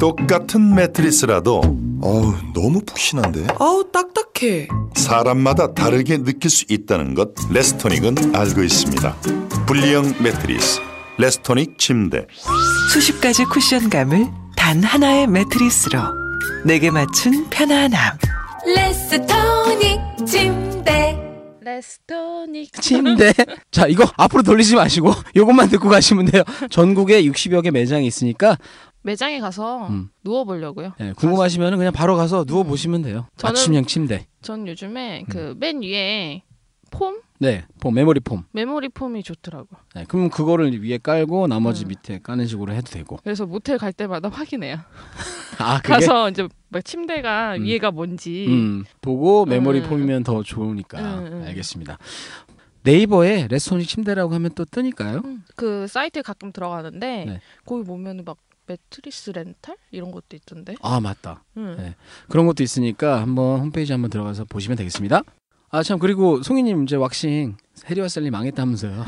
똑같은 매트리스라도 어우 너무 푹신한데 아우 딱딱해. 사람마다 다르게 느낄 수 있다는 것 레스토닉은 알고 있습니다. 분리형 매트리스 레스토닉 침대 수십 가지 쿠션감을 단 하나의 매트리스로 내게 맞춘 편안함. 레스토닉 침대 레스토닉 침대. 자, 이거 앞으로 돌리지 마시고 요것만 듣고 가시면 돼요. 전국에 60여 개 매장이 있으니까 매장에 가서 음. 누워보려고요. 예, 궁금하시면 그냥 바로 가서 누워 보시면 돼요. 저는- 맞춤형 침대. 전 음. 요즘에 그 맨 위에 폼 네, 폼 메모리 폼. 메모리 폼이 좋더라고. 네, 그럼 그거를 위에 깔고 나머지 음. 밑에 까는 식으로 해도 되고. 그래서 모텔 갈 때마다 확인해요. 아, 그게 가서 이제 막 침대가 음. 위에가 뭔지. 음, 보고 메모리 음. 폼이면 더 좋으니까. 음, 음. 알겠습니다. 네이버에 레스토닉 침대라고 하면 또 뜨니까요. 음, 그 사이트에 가끔 들어가는데 네. 거기 보면은 막 매트리스 렌탈 이런 것도 있던데. 아, 맞다. 음. 네. 그런 것도 있으니까 한번 홈페이지 한번 들어가서 보시면 되겠습니다. 아 참 그리고 송이님 이제 왁싱 해리와 셀리 망했다면서요?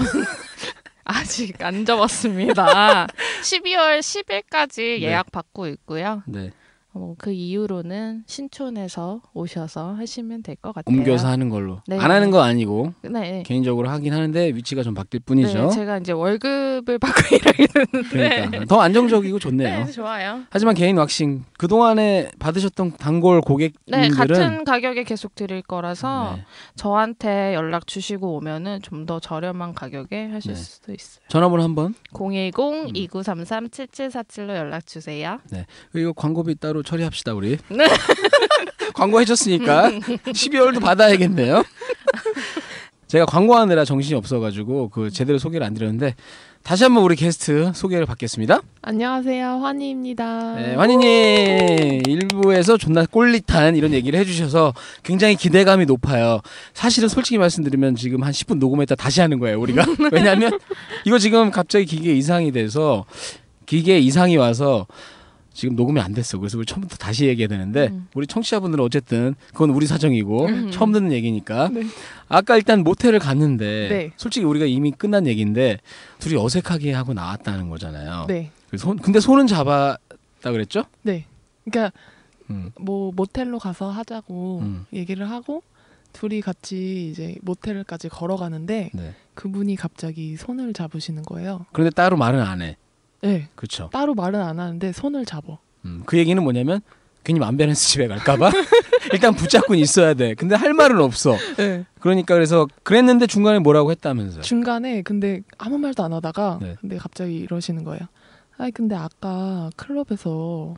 아직 안 잡았습니다. 12월 10일까지 예약 받고 있고요. 네 어, 그 이후로는 신촌에서 오셔서 하시면 될 것 같아요. 옮겨서 하는 걸로 네. 안 하는 거 아니고 네, 네. 개인적으로 하긴 하는데 위치가 좀 바뀔 네, 뿐이죠. 제가 이제 월급을 받고 일하게 됐는데. 그러니까 더 안정적이고 좋네요. 네, 좋아요. 하지만 개인 왁싱 그 동안에 받으셨던 단골 네, 고객님들은 같은 가격에 계속 드릴 거라서 네, 저한테 연락 주시고 오면은 좀 더 저렴한 가격에 하실 네. 수도 있어요. 전화번호 한번 010-2933-7747로 연락 주세요. 그리고 광고비 따로 처리합시다 우리. 네. 음. 광고해줬으니까 12월도 받아야겠네요. 제가 광고하느라 정신이 없어가지고 그 제대로 소개를 안 드렸는데 다시 한번 우리 게스트 소개를 받겠습니다. 안녕하세요, 환희입니다. 네, 환희님 일부에서 존나 꼴릿한 이런 얘기를 해주셔서 굉장히 기대감이 높아요. 사실은 솔직히 말씀드리면 지금 한 10분 녹음했다 다시 하는 거예요 우리가. 왜냐하면 이거 지금 갑자기 기계 이상이 돼서 기계 이상이 와서 지금 녹음이 안 됐어. 그래서 우리 처음부터 다시 얘기해야 되는데 음. 우리 청취자분들은 어쨌든 그건 우리 사정이고 음. 처음 듣는 얘기니까. 네. 아까 일단 모텔을 갔는데 네. 솔직히 우리가 이미 끝난 얘기인데 둘이 어색하게 하고 나왔다는 거잖아요. 네, 그 손, 근데 손은 잡았다 그랬죠? 네. 그러니까 음. 뭐 모텔로 가서 하자고 음. 얘기를 하고 둘이 같이 이제 모텔까지 걸어가는데 네. 그분이 갑자기 손을 잡으시는 거예요. 그런데 따로 말은 안 해. 네, 그렇죠. 따로 말은 안 하는데 손을 잡어. 음, 그 얘기는 뭐냐면 괜히 만베란스 집에 갈까봐 일단 붙잡고는 있어야 돼. 근데 할 말은 없어. 네. 그러니까 그래서 그랬는데 중간에 뭐라고 했다면서요. 중간에 근데 아무 말도 안 하다가 네. 근데 갑자기 이러시는 거예요. 아, 근데 아까 클럽에서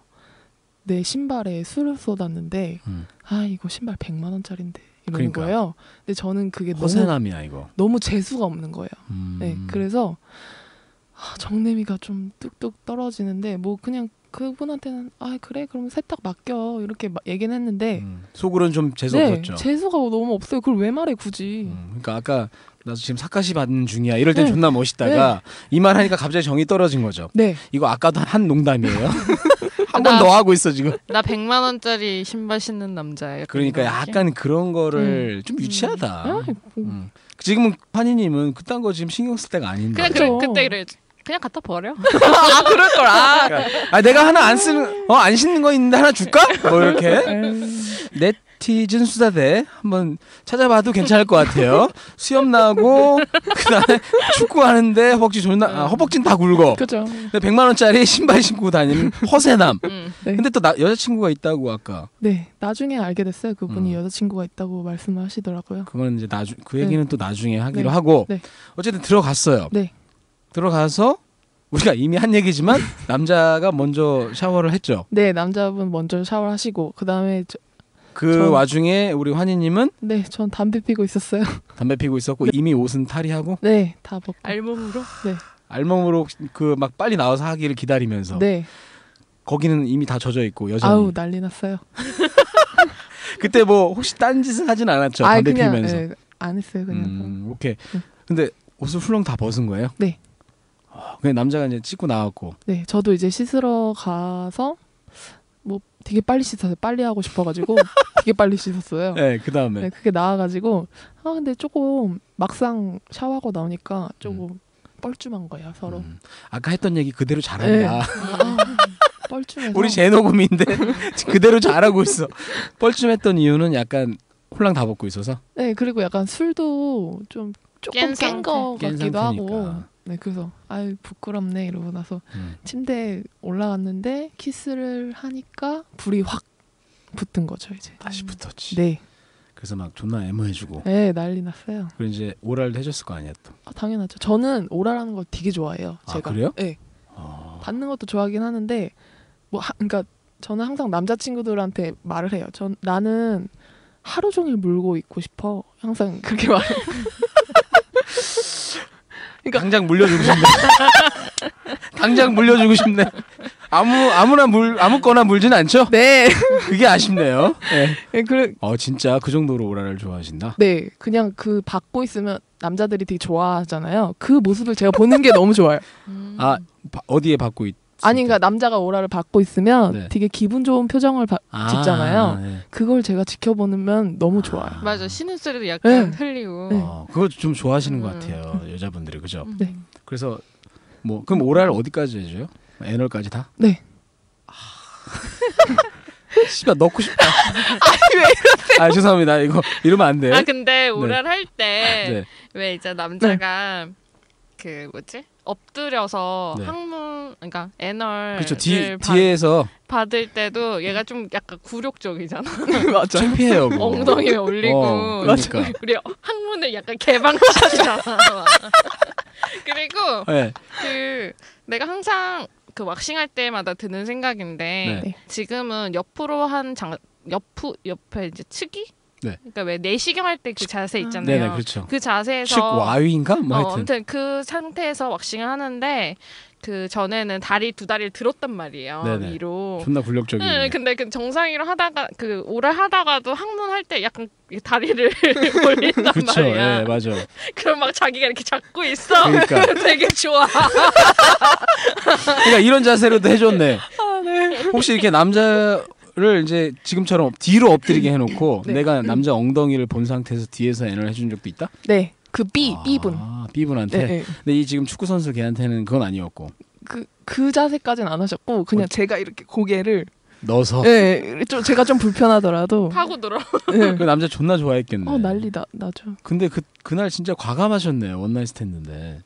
내 신발에 술을 쏟았는데 음. 아 이거 신발 100만 원짜리인데 이러는 그러니까. 거예요. 근데 저는 그게 네, 너무 허세남이야 이거. 너무 재수가 없는 거예요. 음. 네, 그래서 아, 정내미가 좀 뚝뚝 떨어지는데 뭐 그냥 그분한테는 아 그래 그럼 세탁 맡겨 이렇게 마- 얘기는 했는데 음, 속으로는 좀 재수 네 없었죠. 재수가 너무 없어요. 그걸 왜 말해 굳이? 음, 그러니까 아까 나도 지금 사카시 받는 중이야. 이럴 땐 네. 존나 멋있다가 이 말 하니까 갑자기 정이 떨어진 거죠. 네, 이거 아까도 한 농담이에요. 한 번 나- 더 하고 있어 지금. 나 100만 원짜리 신발 신는 남자예요. 그러니까 약간 그런 거를 좀 아, 유치하다. 뭐, 음. 지금은 파니님은 그딴 거 지금 신경 쓸 때가 아닌데. 그냥 그래. 그, 맞아. 그때 이래 그냥 갖다 버려. 아 그럴 걸. 아. 아 내가 하나 안 쓰는 어 안 신는 거 있는데 하나 줄까? 뭐 이렇게 네티즌 수다대 한번 찾아봐도 괜찮을 것 같아요. 수염 나고 그다음에 축구 하는데 허벅지 존나 아, 허벅진 다 굴고. 그죠? 근데 100만 원짜리 신발 신고 다니는 허세남. 음. 네. 근데 또 나, 여자친구가 있다고 아까 네, 나중에 알게 됐어요. 그분이 음. 여자친구가 있다고 말씀을 하시더라고요. 그거는 이제 나중 그 얘기는 또 나중에 하기로 네. 하고 네. 어쨌든 들어갔어요. 네. 들어가서 우리가 이미 한 얘기지만 남자가 먼저 샤워를 했죠. 네, 남자분 먼저 샤워하시고 그 다음에 그 전- 와중에 우리 환희님은 네, 전 담배 피고 있었어요. 담배 피고 있었고 이미 옷은 탈의하고 네, 다 벗고. 네. 알몸으로. 알몸으로 그 막 빨리 나와서 하기를 기다리면서 네, 거기는 이미 다 젖어 있고 아. 여전히 아우 난리 났어요. 그때 뭐 혹시 딴 짓은 하진 않았죠 아이, 담배 피면서 예, 안 했어요 그냥. 음 오케이 음. 근데 옷을 훌렁 다 벗은 거예요? 네. 어, 그냥 남자가 이제 씻고 나왔고 네, 저도 이제 씻으러 가서 뭐 되게 빨리 씻었어요. 빨리 하고 싶어가지고 되게 빨리 씻었어요. 네. 네그 다음에 그게 나와가지고 아 근데 조금 막상 샤워하고 나오니까 음. 조금 뻘쭘한 거예요 서로. 네. 아까 했던 얘기 그대로 잘한다 뻘쭘 뻘쭘해서 우리 제노금인데 그대로 잘하고 있어. 뻘쭘했던 이유는 약간 홀랑 다 벗고 있어서. 네 그리고 약간 술도 좀 조금 깬 깬 거 상태. 깬 같기도 하고 상태니까. 네 그래서 아유 부끄럽네 이러고 나서 음. 침대에 올라갔는데 키스를 하니까 불이 확 붙은 거죠 이제 다시 붙었지. 네, 그래서 막 존나 애모해주고. 네 난리 났어요 그리고 이제 오랄 해줬을 거 아니야 또. 아, 당연하죠 저는 오라라는 걸 되게 좋아해요 아, 제가 그래요? 네 어. 받는 것도 좋아하긴 하는데 뭐 하, 그러니까 저는 항상 남자친구들한테 말을 해요 전 나는 하루 종일 물고 있고 싶어 항상 그렇게 말해요 그러니까- 당장 물려주고 싶네. 당장 물려주고 싶네. 아무 아무나 물 아무거나 물진 않죠? 네 그게 아쉽네요. 네. 네, 그래 어 진짜 그 정도로 오랄을 좋아하신다. 네, 그냥 그 받고 있으면 남자들이 되게 좋아하잖아요. 그 모습을 제가 보는 게 너무 좋아요. 아 바- 어디에 받고 있? 아니, 그러니까 남자가 오라를 받고 있으면 네. 되게 기분 좋은 표정을 바, 아, 짓잖아요. 네. 그걸 제가 지켜보면 너무 좋아요. 맞아 신음 소리도 약간 네. 흘리고 어, 그거 좀 좋아하시는 것 음. 같아요 여자분들이 그죠? 음. 네. 그래서 뭐 그럼 오랄 어디까지 해줘요? 애널까지 다? 네. 씨발 넣고 싶다. 아니 왜 이러세요? 아 죄송합니다 이거 이러면 안 돼요. 아 근데 오랄 할 때 네. 왜 이제 남자가 그 뭐지 엎드려서 네. 항문 그러니까 애널 그렇죠 뒤 뒤에서 받을 때도 얘가 좀 약간 굴욕적이잖아 맞아. 창피해요. 그거. 엉덩이에 올리고 음. 어, 그러니까. 우리 항문을 약간 개방시키잖아 막. 그리고 네. 그 내가 항상 그 왁싱할 때마다 드는 생각인데 네. 지금은 옆으로 한 장, 옆 옆에 이제 측이 네. 그러니까 왜 내시경 할 때 그 자세 있잖아요. 네네 그렇죠. 그 자세에서 측 와위인가 뭐 어, 하여튼 아무튼 그 상태에서 왁싱을 하는데 그 전에는 다리 두 다리를 들었단 말이에요 네네. 위로. 존나 굴욕적인. 응, 근데 그 정상이로 하다가 그 오래 하다가도 항문 할 때 약간 이 다리를 올린단 그렇죠. 예 말이야. 맞아. 그럼 막 자기가 이렇게 잡고 있어. 그러니까. 되게 좋아. 그러니까 이런 자세로도 해줬네. 혹시 이렇게 남자를 이제 지금처럼 뒤로 엎드리게 해놓고 네. 내가 남자 엉덩이를 본 상태에서 뒤에서 애를 해준 적도 있다? 네, 그 B B분. 아, B분한테. 네, 네. 근데 이 지금 축구 선수 걔한테는 그건 아니었고 그, 그 자세까지는 안 하셨고 그냥 제가 이렇게 고개를 넣어서 예, 예, 좀 제가 좀 불편하더라도 파고 들어. 예. 그 남자 존나 좋아했겠네. 어 난리 나, 나죠. 근데 그 그날 진짜 과감하셨네 원나잇 스탠드인데.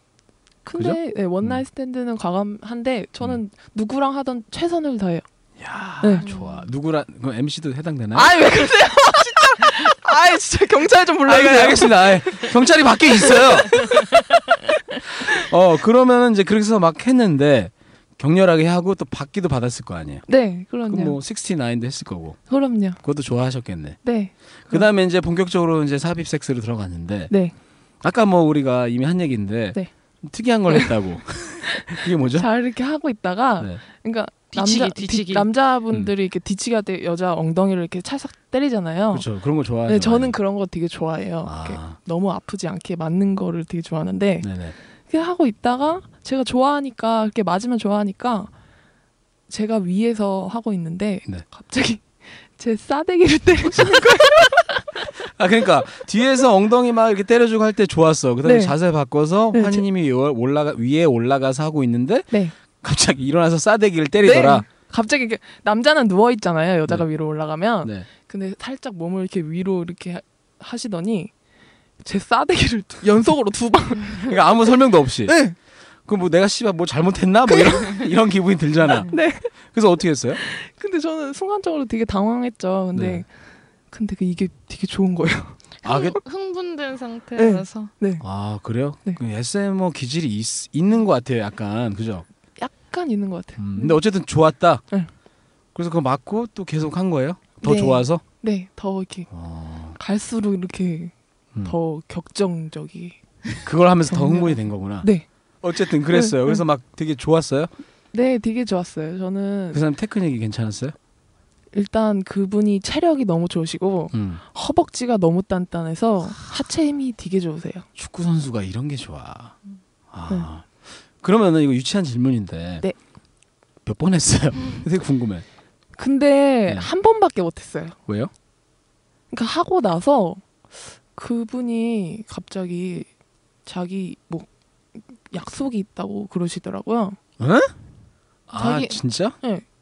근데 예, 원나잇 스탠드는 과감한데 저는 누구랑 하던 최선을 다해요. 야 네. 좋아. 누구랑 그럼 MC도 해당되나요? 아이 왜 그러세요? 진짜. 아이 진짜 경찰 좀 아, 예, 불러주세요. 알겠습니다. 아, 예. 경찰이 밖에 있어요. 어 그러면은 이제 그렇게 해서 막 했는데 격렬하게 하고 또 받기도 받았을 거 아니에요. 네, 그럼요. 그럼 뭐 69도 했을 거고 그럼요. 그것도 좋아하셨겠네. 네, 그다음에 이제 본격적으로 이제 삽입 섹스로 들어갔는데 네. 아까 뭐 우리가 이미 한 얘기인데 네. 특이한 걸 했다고. 이게 뭐죠? 잘 이렇게 하고 있다가, 네. 그러니까 뒤치기, 남자 뒤치기. 디- 남자분들이 이렇게 뒤치기 할 때 여자 엉덩이를 이렇게 찰싹 때리잖아요. 그렇죠. 그런 거 좋아하죠. 네, 저는 많이. 그런 거 되게 좋아해요. 이렇게 아, 너무 아프지 않게 맞는 거를 되게 좋아하는데 네네. 그렇게 하고 있다가 제가 좋아하니까 이렇게 맞으면 좋아하니까 제가 위에서 하고 있는데 네. 갑자기 제 싸대기를 때리시는 아 그러니까 뒤에서 엉덩이 막 이렇게 때려주고 할 때 좋았어. 그다음에 네. 자세 바꿔서 네, 환희님이 요- 올라가 위에 올라가서 하고 있는데 네. 갑자기 일어나서 싸대기를 때리더라. 갑자기 이렇게 남자는 누워 있잖아요. 여자가 위로 올라가면 네. 근데 살짝 몸을 이렇게 위로 이렇게 하- 하시더니 제 싸대기를 두- 연속으로 두 방. 그러니까 아무 설명도 없이. 네. 그럼 뭐 내가 씨발 뭐 잘못했나 뭐 이런 이런 기분이 들잖아. 그러니까. 네. 그래서 어떻게 했어요? 근데 저는 순간적으로 되게 당황했죠. 근데 네. 근데 그 이게 되게 좋은 거예요. 아, 그, 흥분된 상태라서 네. 아 그래요? 네. 그 SMO 기질이 있, 있는 것 같아요. 약간 그죠? 약간 있는 것 같아요. 음, 근데 어쨌든 좋았다. 네. 그래서 그거 맞고 또 계속 한 거예요? 더 네. 좋아서? 네, 더 이렇게 어, 갈수록 이렇게 음. 더 격정적이. 그걸 하면서 더 흥분이 된 거구나. 네, 어쨌든 그랬어요. 네, 그래서 막 되게 좋았어요. 네, 되게 좋았어요. 저는 그 사람 테크닉이 괜찮았어요? 일단 그분이 체력이 너무 좋으시고 음. 허벅지가 너무 단단해서 아. 하체 힘이 되게 좋으세요. 축구 선수가 이런 게 좋아. 아. 그러면은 이거 유치한 질문인데. 네. 음. 몇 번 했어요? 되게 궁금해. 네. 근데 한 번밖에 못했어요. 왜요? 그러니까 하고 나서 그분이 갑자기 자기 뭐 약속이 있다고 그러시더라고요. 아 자기- 진짜?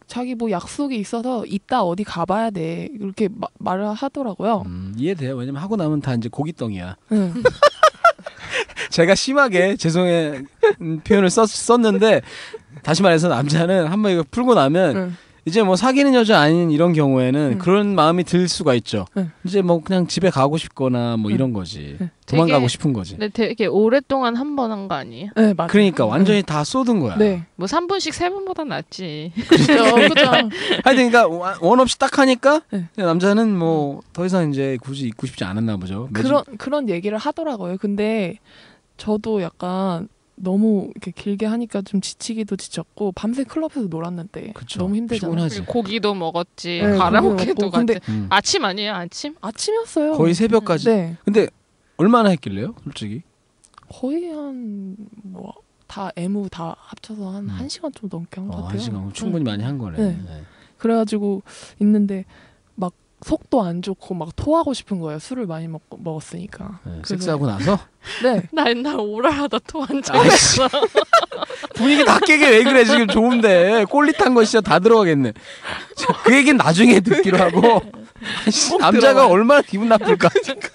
자기 뭐 약속이 있어서 이따 어디 가봐야 돼 이렇게 마- 말을 하더라고요. 음, 이해돼요. 왜냐면 하고 나면 다 이제 고깃덩이야. 네. 제가 심하게 죄송해 음, 표현을 썼, 썼는데 다시 말해서 남자는 한 번 이거 풀고 나면 네. 이제 뭐 사귀는 여자 아닌 이런 경우에는 음. 그런 마음이 들 수가 있죠. 네. 이제 뭐 그냥 집에 가고 싶거나 뭐 네. 이런 거지. 네. 도망가고 되게- 싶은 거지. 근데 되게 오랫동안 한 번 한 거 아니에요? 네, 맞아요. 그러니까 완전히 다 쏟은 거야. 네. 뭐 3분씩 3분보다 낫지. 그렇죠. 그렇죠. 하여튼 그러니까 원- 원 없이 딱 하니까 네. 남자는 뭐 더 이상 이제 굳이 입고 싶지 않았나 보죠. 매주- 그런 그런 얘기를 하더라고요. 근데 저도 약간 너무 이렇게 길게 하니까 좀 지치기도 지쳤고 밤새 클럽에서 놀았는데 그쵸. 너무 힘들잖아요. 피곤하지. 고기도 먹었지 네, 고기 가라오케도 먹고. 근데 갔지 음. 아침 아니에요 아침? 아침이었어요. 거의 새벽까지. 네. 근데 얼마나 했길래요, 솔직히? 거의 한 뭐 다 애무 다 합쳐서 한 음. 한시간좀 넘게 한 것 어, 같아요. 한 시간 그럼 충분히 많이 한 거네. 네. 네. 그래가지고 있는데 막 속도 안 좋고 막 토하고 싶은 거예요. 술을 많이 먹, 먹었으니까. 네, 그래서- 섹스하고 나서 네. 나 옛날 오랄하다 토한 적 아이씨. 있어 분위기 다 깨게 왜 그래 지금 좋은데 꼴릿한 거 진짜 다 들어가겠네. 자, 그 얘기는 나중에 듣기로 하고 네. 아이씨, 남자가 얼마나 기분 나쁠까. 그러니까.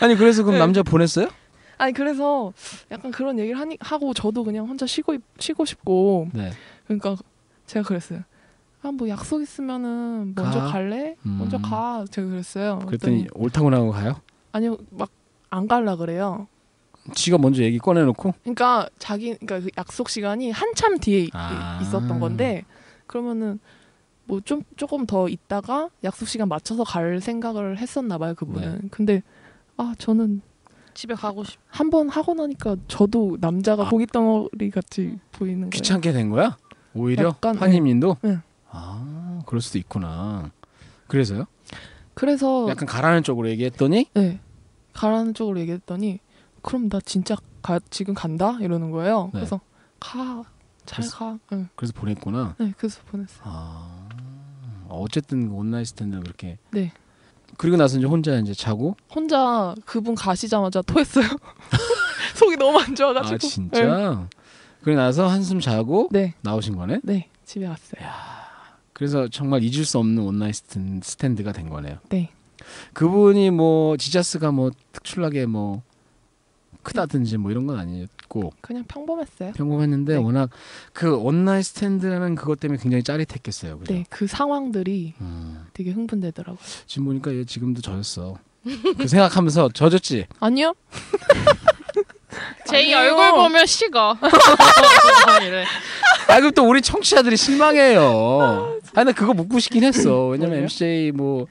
아니 그래서 네. 그럼 남자 보냈어요? 아니 그래서 약간 그런 얘기를 하니, 하고 저도 그냥 혼자 쉬고 있- 쉬고 싶고 네. 그러니까 제가 그랬어요. 아 뭐 약속 있으면은 먼저 가. 갈래? 음. 먼저 가. 제가 그랬어요. 그랬더니 그랬더니 옳다고 나고 가요. 아니요 막 안 갈라 그래요. 지가 먼저 얘기 꺼내놓고 그러니까 자기 그러니까 그 약속 시간이 한참 뒤에 이- 아. 있었던 건데 그러면은 뭐 좀 조금 더 있다가 약속 시간 맞춰서 갈 생각을 했었나 봐요 그분은. 네. 근데 아 저는 집에 가고 싶어 한 번 하고 나니까 저도 남자가 아. 고깃덩어리 같이 보이는 거예요. 귀찮게 된 거야? 오히려 약간, 환희님도. 네. 아 그럴 수도 있구나. 그래서요? 그래서 약간 가라는 쪽으로 얘기했더니 네. 가라는 쪽으로 얘기했더니 그럼 나 진짜 가, 지금 간다 이러는 거예요. 네. 그래서 가. 잘 그래서- 가. 네. 그래서 보냈구나. 네, 그래서 보냈어요. 아 어쨌든 온라인 스탠드가 그렇게. 네. 그리고 나서 이제 혼자 이제 자고 혼자 그분 가시자마자 토했어요. 속이 너무 안 좋아 가지고. 아 진짜? 그리고 나서 한숨 자고 네. 나오신 거네? 네. 네, 집에 왔어요. 그래서 정말 잊을 수 없는 온라인 스탠- 스탠드가 된 거네요. 네. 그분이 뭐 지자스가 뭐 특출나게 뭐 크다든지 뭐 이런 건 아니었고 그냥 평범했어요. 평범했는데 네. 워낙 그 온라인 스탠드라는 그것 때문에 굉장히 짜릿했겠어요. 그죠? 네, 그 상황들이 그렇죠. 음, 되게 흥분되더라고요. 지금 보니까 얘 지금도 젖었어. 그 생각하면서 젖었지. 아니요. 제이 아니에요. 얼굴 보면 식어 이래. 아 그럼 또 우리 청취자들이 실망해요. 아니 나 그거 묻고 싶긴 했어. 왜냐면 뭐예요? MCJ 뭐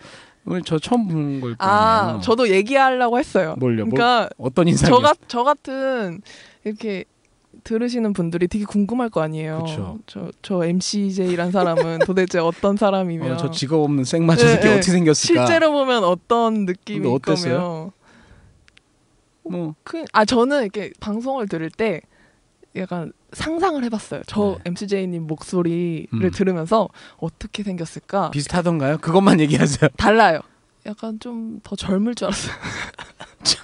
오늘 저 처음 보는 걸 거예요. 아, 저도 얘기하려고 했어요. 뭘요? 뭘- 그러니까 어떤 인상이요? 저같 저 같은 이렇게 들으시는 분들이 되게 궁금할 거 아니에요. 그쵸. 저, 저 MCJ란 사람은 도대체 어떤 사람이며 어, 저 직업 없는 생마 저 네, 새끼 네. 어떻게 생겼을까? 실제로 보면 어떤 근데 느낌일 어땠어요? 거며. 뭐 그, 아 저는 이렇게 방송을 들을 때 약간 상상을 해봤어요. 저 네. MCJ님 목소리를 음. 들으면서 어떻게 생겼을까? 비슷하던가요? 그것만 얘기하세요. 달라요. 약간 좀 더 젊을 줄 알았어요.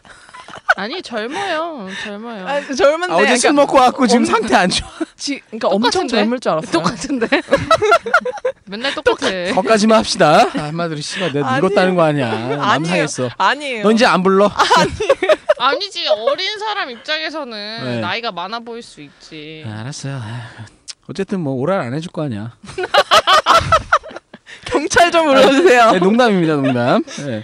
아니 젊어요 젊어요 아, 젊은데. 아, 어제 술 먹고 왔고 지금 엄- 상태 안 좋아. 지, 그러니까 엄청 똑같은데? 젊을 줄 알았어요. 똑같은데 맨날 똑같아 거기까지만 합시다. 아, 한마디로 씨발 내가 네. 아니에요. 늙었다는 거 아니야. 남상했어. 아니에요. 너 이제 안 불러? 아니지 어린 사람 입장에서는 네. 나이가 많아 보일 수 있지 예. 아, 알았어요. 아, 어쨌든 뭐 오랄 안 해줄 거 아니야. 경찰 좀 불러주세요. 네, 농담입니다, 농담. 네.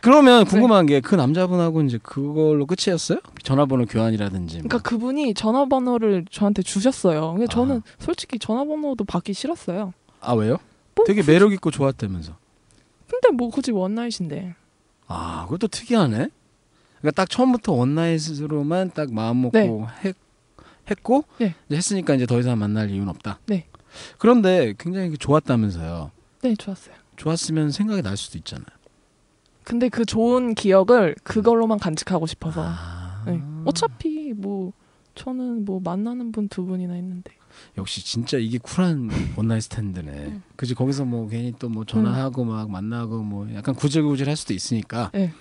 그러면 네. 궁금한 게 그 남자분하고 이제 그걸로 끝이었어요? 전화번호 교환이라든지. 뭐. 그러니까 그분이 전화번호를 저한테 주셨어요. 근데 아. 저는 솔직히 전화번호도 받기 싫었어요. 아 왜요? 뭐 되게 매력 있고 좋았다면서. 근데 뭐 굳이 원나잇인데. 아, 그것도 특이하네. 그러니까 딱 처음부터 원나잇으로만 딱 마음 먹고 네. 했, 했고 네. 이제 했으니까 이제 더 이상 만날 이유는 없다. 네. 그런데 굉장히 좋았다면서요. 네, 좋았어요. 좋았으면 생각이 날 수도 있잖아요. 근데 그 좋은 기억을 그걸로만 간직하고 싶어서. 아, 네. 어차피 뭐 저는 뭐 만나는 분 두 분이나 있는데. 역시 진짜 이게 쿨한 원나잇 음. 스탠드네. 그지 거기서 뭐 괜히 또 뭐 전화하고 막 만나고 뭐 약간 구질구질할 수도 있으니까. 네.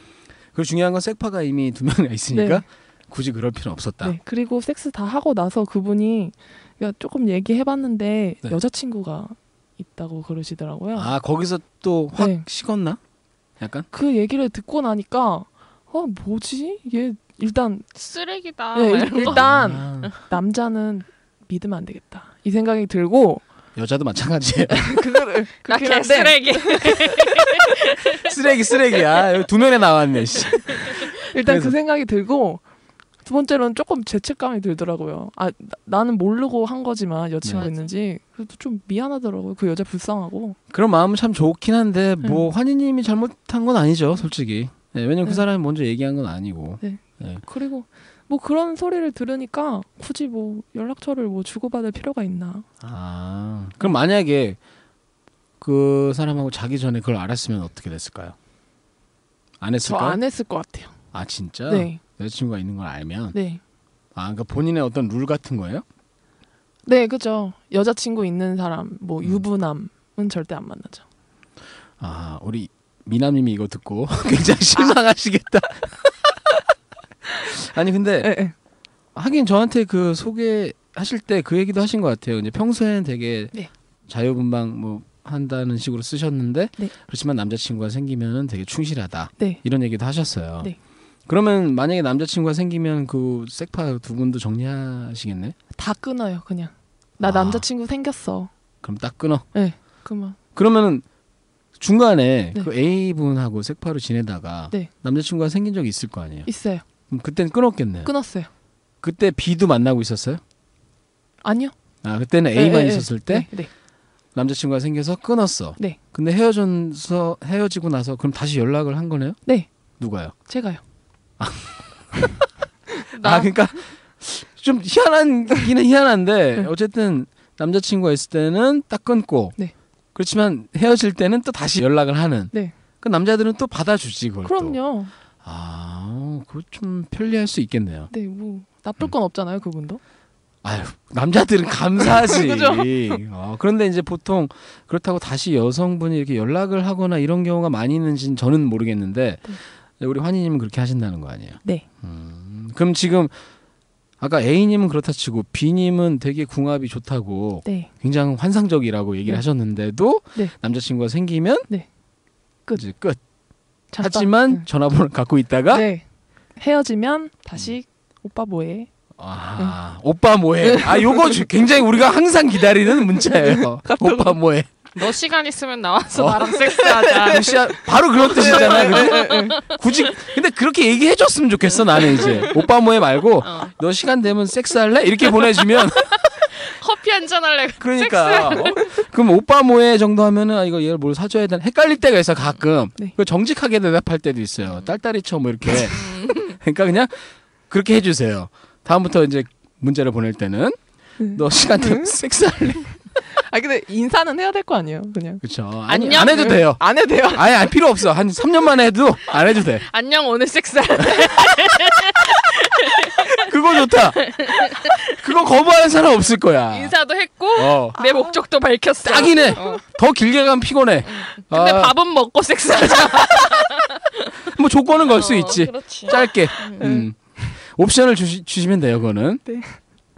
그리고 중요한 건 색파가 이미 두 명이나 있으니까 네. 굳이 그럴 필요는 없었다. 네, 그리고 섹스 다 하고 나서 그분이 그러니까 조금 얘기해봤는데 네. 여자친구가 있다고 그러시더라고요. 아 거기서 또 확 네. 식었나? 약간 그 얘기를 듣고 나니까 어 뭐지? 얘 일단 쓰레기다. 예, 막 일- 이런 거. 일단 아, 남자는 믿으면 안 되겠다 이 생각이 들고 여자도 마찬가지예요. 그거를 나 그렇긴 한데 개쓰레기. 쓰레기 쓰레기야. 여기 두 명에 나왔네. 씨. 일단 그래서. 그 생각이 들고 두 번째로는 조금 죄책감이 들더라고요. 아 나, 는 모르고 한 거지만 여친구 네. 있는지 그래도 좀 미안하더라고요. 그 여자 불쌍하고 그런 마음은 참 좋긴 한데 뭐 환희님이 잘못한 건 아니죠, 솔직히. 네, 왜냐면 그 네. 사람이 먼저 얘기한 건 아니고. 그리고 뭐 그런 소리를 들으니까 굳이 뭐 연락처를 뭐 주고받을 필요가 있나? 아 그럼 만약에 그 사람하고 자기 전에 그걸 알았으면 어떻게 됐을까요? 안 저 했을까요? 안 했을 것 같아요. 아 진짜? 네, 여자친구가 있는 걸 알면 네, 아 그러니까 본인의 어떤 룰 같은 거예요? 네, 그죠. 여자친구 있는 사람, 뭐 음. 유부남은 절대 안 만나죠. 아 우리 미남님이 이거 듣고 굉장히 실망하시겠다. 아니 근데 예, 예. 하긴 저한테 그 소개하실 때 그 얘기도 하신 것 같아요. 이제 평소엔 되게 네. 자유분방 뭐 한다는 식으로 쓰셨는데 네. 그렇지만 남자친구가 생기면은 되게 충실하다 네, 이런 얘기도 하셨어요. 네. 그러면 만약에 남자친구가 생기면 그 색파 두 분도 정리하시겠네? 다 끊어요, 그냥. 나 아. 남자친구 생겼어. 네, 그럼 딱 끊어. 그만. 그러면은 중간에 네. 그 A 분하고 색파로 지내다가 네. 남자친구가 생긴 적이 있을 거 아니에요? 있어요. 그럼 그때는 네. 끊었겠네요. 끊었어요. 그때 B도 만나고 있었어요? 아니요. 아 그때는 네, A만 네, 네. 있었을 때 네, 네. 남자친구가 생겨서 끊었어. 네. 근데 헤어져서 헤어지고 나서 그럼 다시 연락을 한 거네요? 네. 누가요? 제가요. 아 그러니까 좀 희한한기는 희한한데 어쨌든 남자친구가 있을 때는 딱 끊고 네. 그렇지만 헤어질 때는 또 다시 연락을 하는. 네. 그 남자들은 또 받아주지 그걸. 또. 그럼요. 아, 그거 좀 편리할 수 있겠네요. 네, 뭐 음. 나쁠 건 없잖아요, 그분도. 아유, 남자들은 감사하지. 그죠? 어, 그런데 이제 보통 그렇다고 다시 여성분이 이렇게 연락을 하거나 이런 경우가 많이 있는지는 저는 모르겠는데 우리 환희님은 그렇게 하신다는 거 아니에요? 네. 음, 그럼 지금 아까 A님은 그렇다 치고 B님은 되게 궁합이 좋다고 네. 굉장히 환상적이라고 얘기를 네. 하셨는데도 네. 남자친구가 생기면 네. 끝. 이제 끝. 잠깐. 하지만 응. 전화번호를 갖고 있다가 네. 음. 헤어지면 다시 오빠 뭐해? 네. 아, 오빠 뭐해? 아, 요거 주- 굉장히 우리가 항상 기다리는 네. 문자예요. 오빠 뭐해? 너 시간 있으면 나와서 어. 나랑 섹스하자. 루시아 바로 네. 그런 뜻이잖아. 근데 굳이 근데 그렇게 얘기해 줬으면 좋겠어. 나는 이제 오빠 뭐해 말고 어. 너 시간 되면 섹스할래? 이렇게 보내주면 커피 한잔 할래. 그러니까 어? 그럼 오빠 뭐해 정도 하면은 아, 이거 얘를 뭘 사줘야 되나 헷갈릴 때가 있어 가끔. 네. 그 정직하게 대답할 때도 있어요. 딸딸이 쳐뭐 이렇게. 음. 그러니까 그냥 그렇게 해주세요. 다음부터 이제 문자를 보낼 때는 네. 너 시간 되면 섹스할래? 아 근데 인사는 해야 될 거 아니에요, 그냥. 그렇죠. 아니 안녕. 안 해도 돼요. 안 해도 돼요. 아예 안 필요 없어. 한 3년만 해도 안 해도 돼. 안녕 오늘 섹스. 그거 좋다. 그거 거부하는 사람 없을 거야. 인사도 했고 어. 내 목적도 밝혔어. 딱이네. 어. 더 길게 가면 피곤해. 근데 아, 밥은 먹고 섹스하자. 뭐 조건은 걸 수 어, 있지. 그렇지. 짧게. 음. 옵션을 주시, 주시면 돼요, 그거는. 네.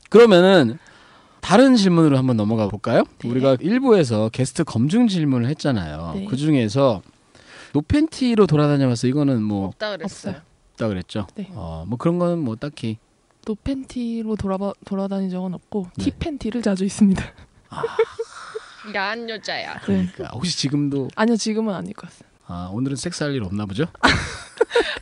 그러면은 다른 질문으로 한번 넘어가 볼까요? 우리가 일부에서 게스트 검증 질문을 했잖아요. 네. 그 중에서 노팬티로 돌아다녀봐서 이거는 뭐 없다 그랬어요. 없다 그랬죠. 네. 어, 뭐 그런 건 뭐 딱히 노 팬티로 돌아봐, 돌아다닌 적은 없고 네. 티 팬티를 자주 있습니다. 야한 여자야. 그러니까 혹시 지금도 아니요 지금은 아닐 것 같아요. 아, 오늘은 섹스할 일 없나 보죠? 네.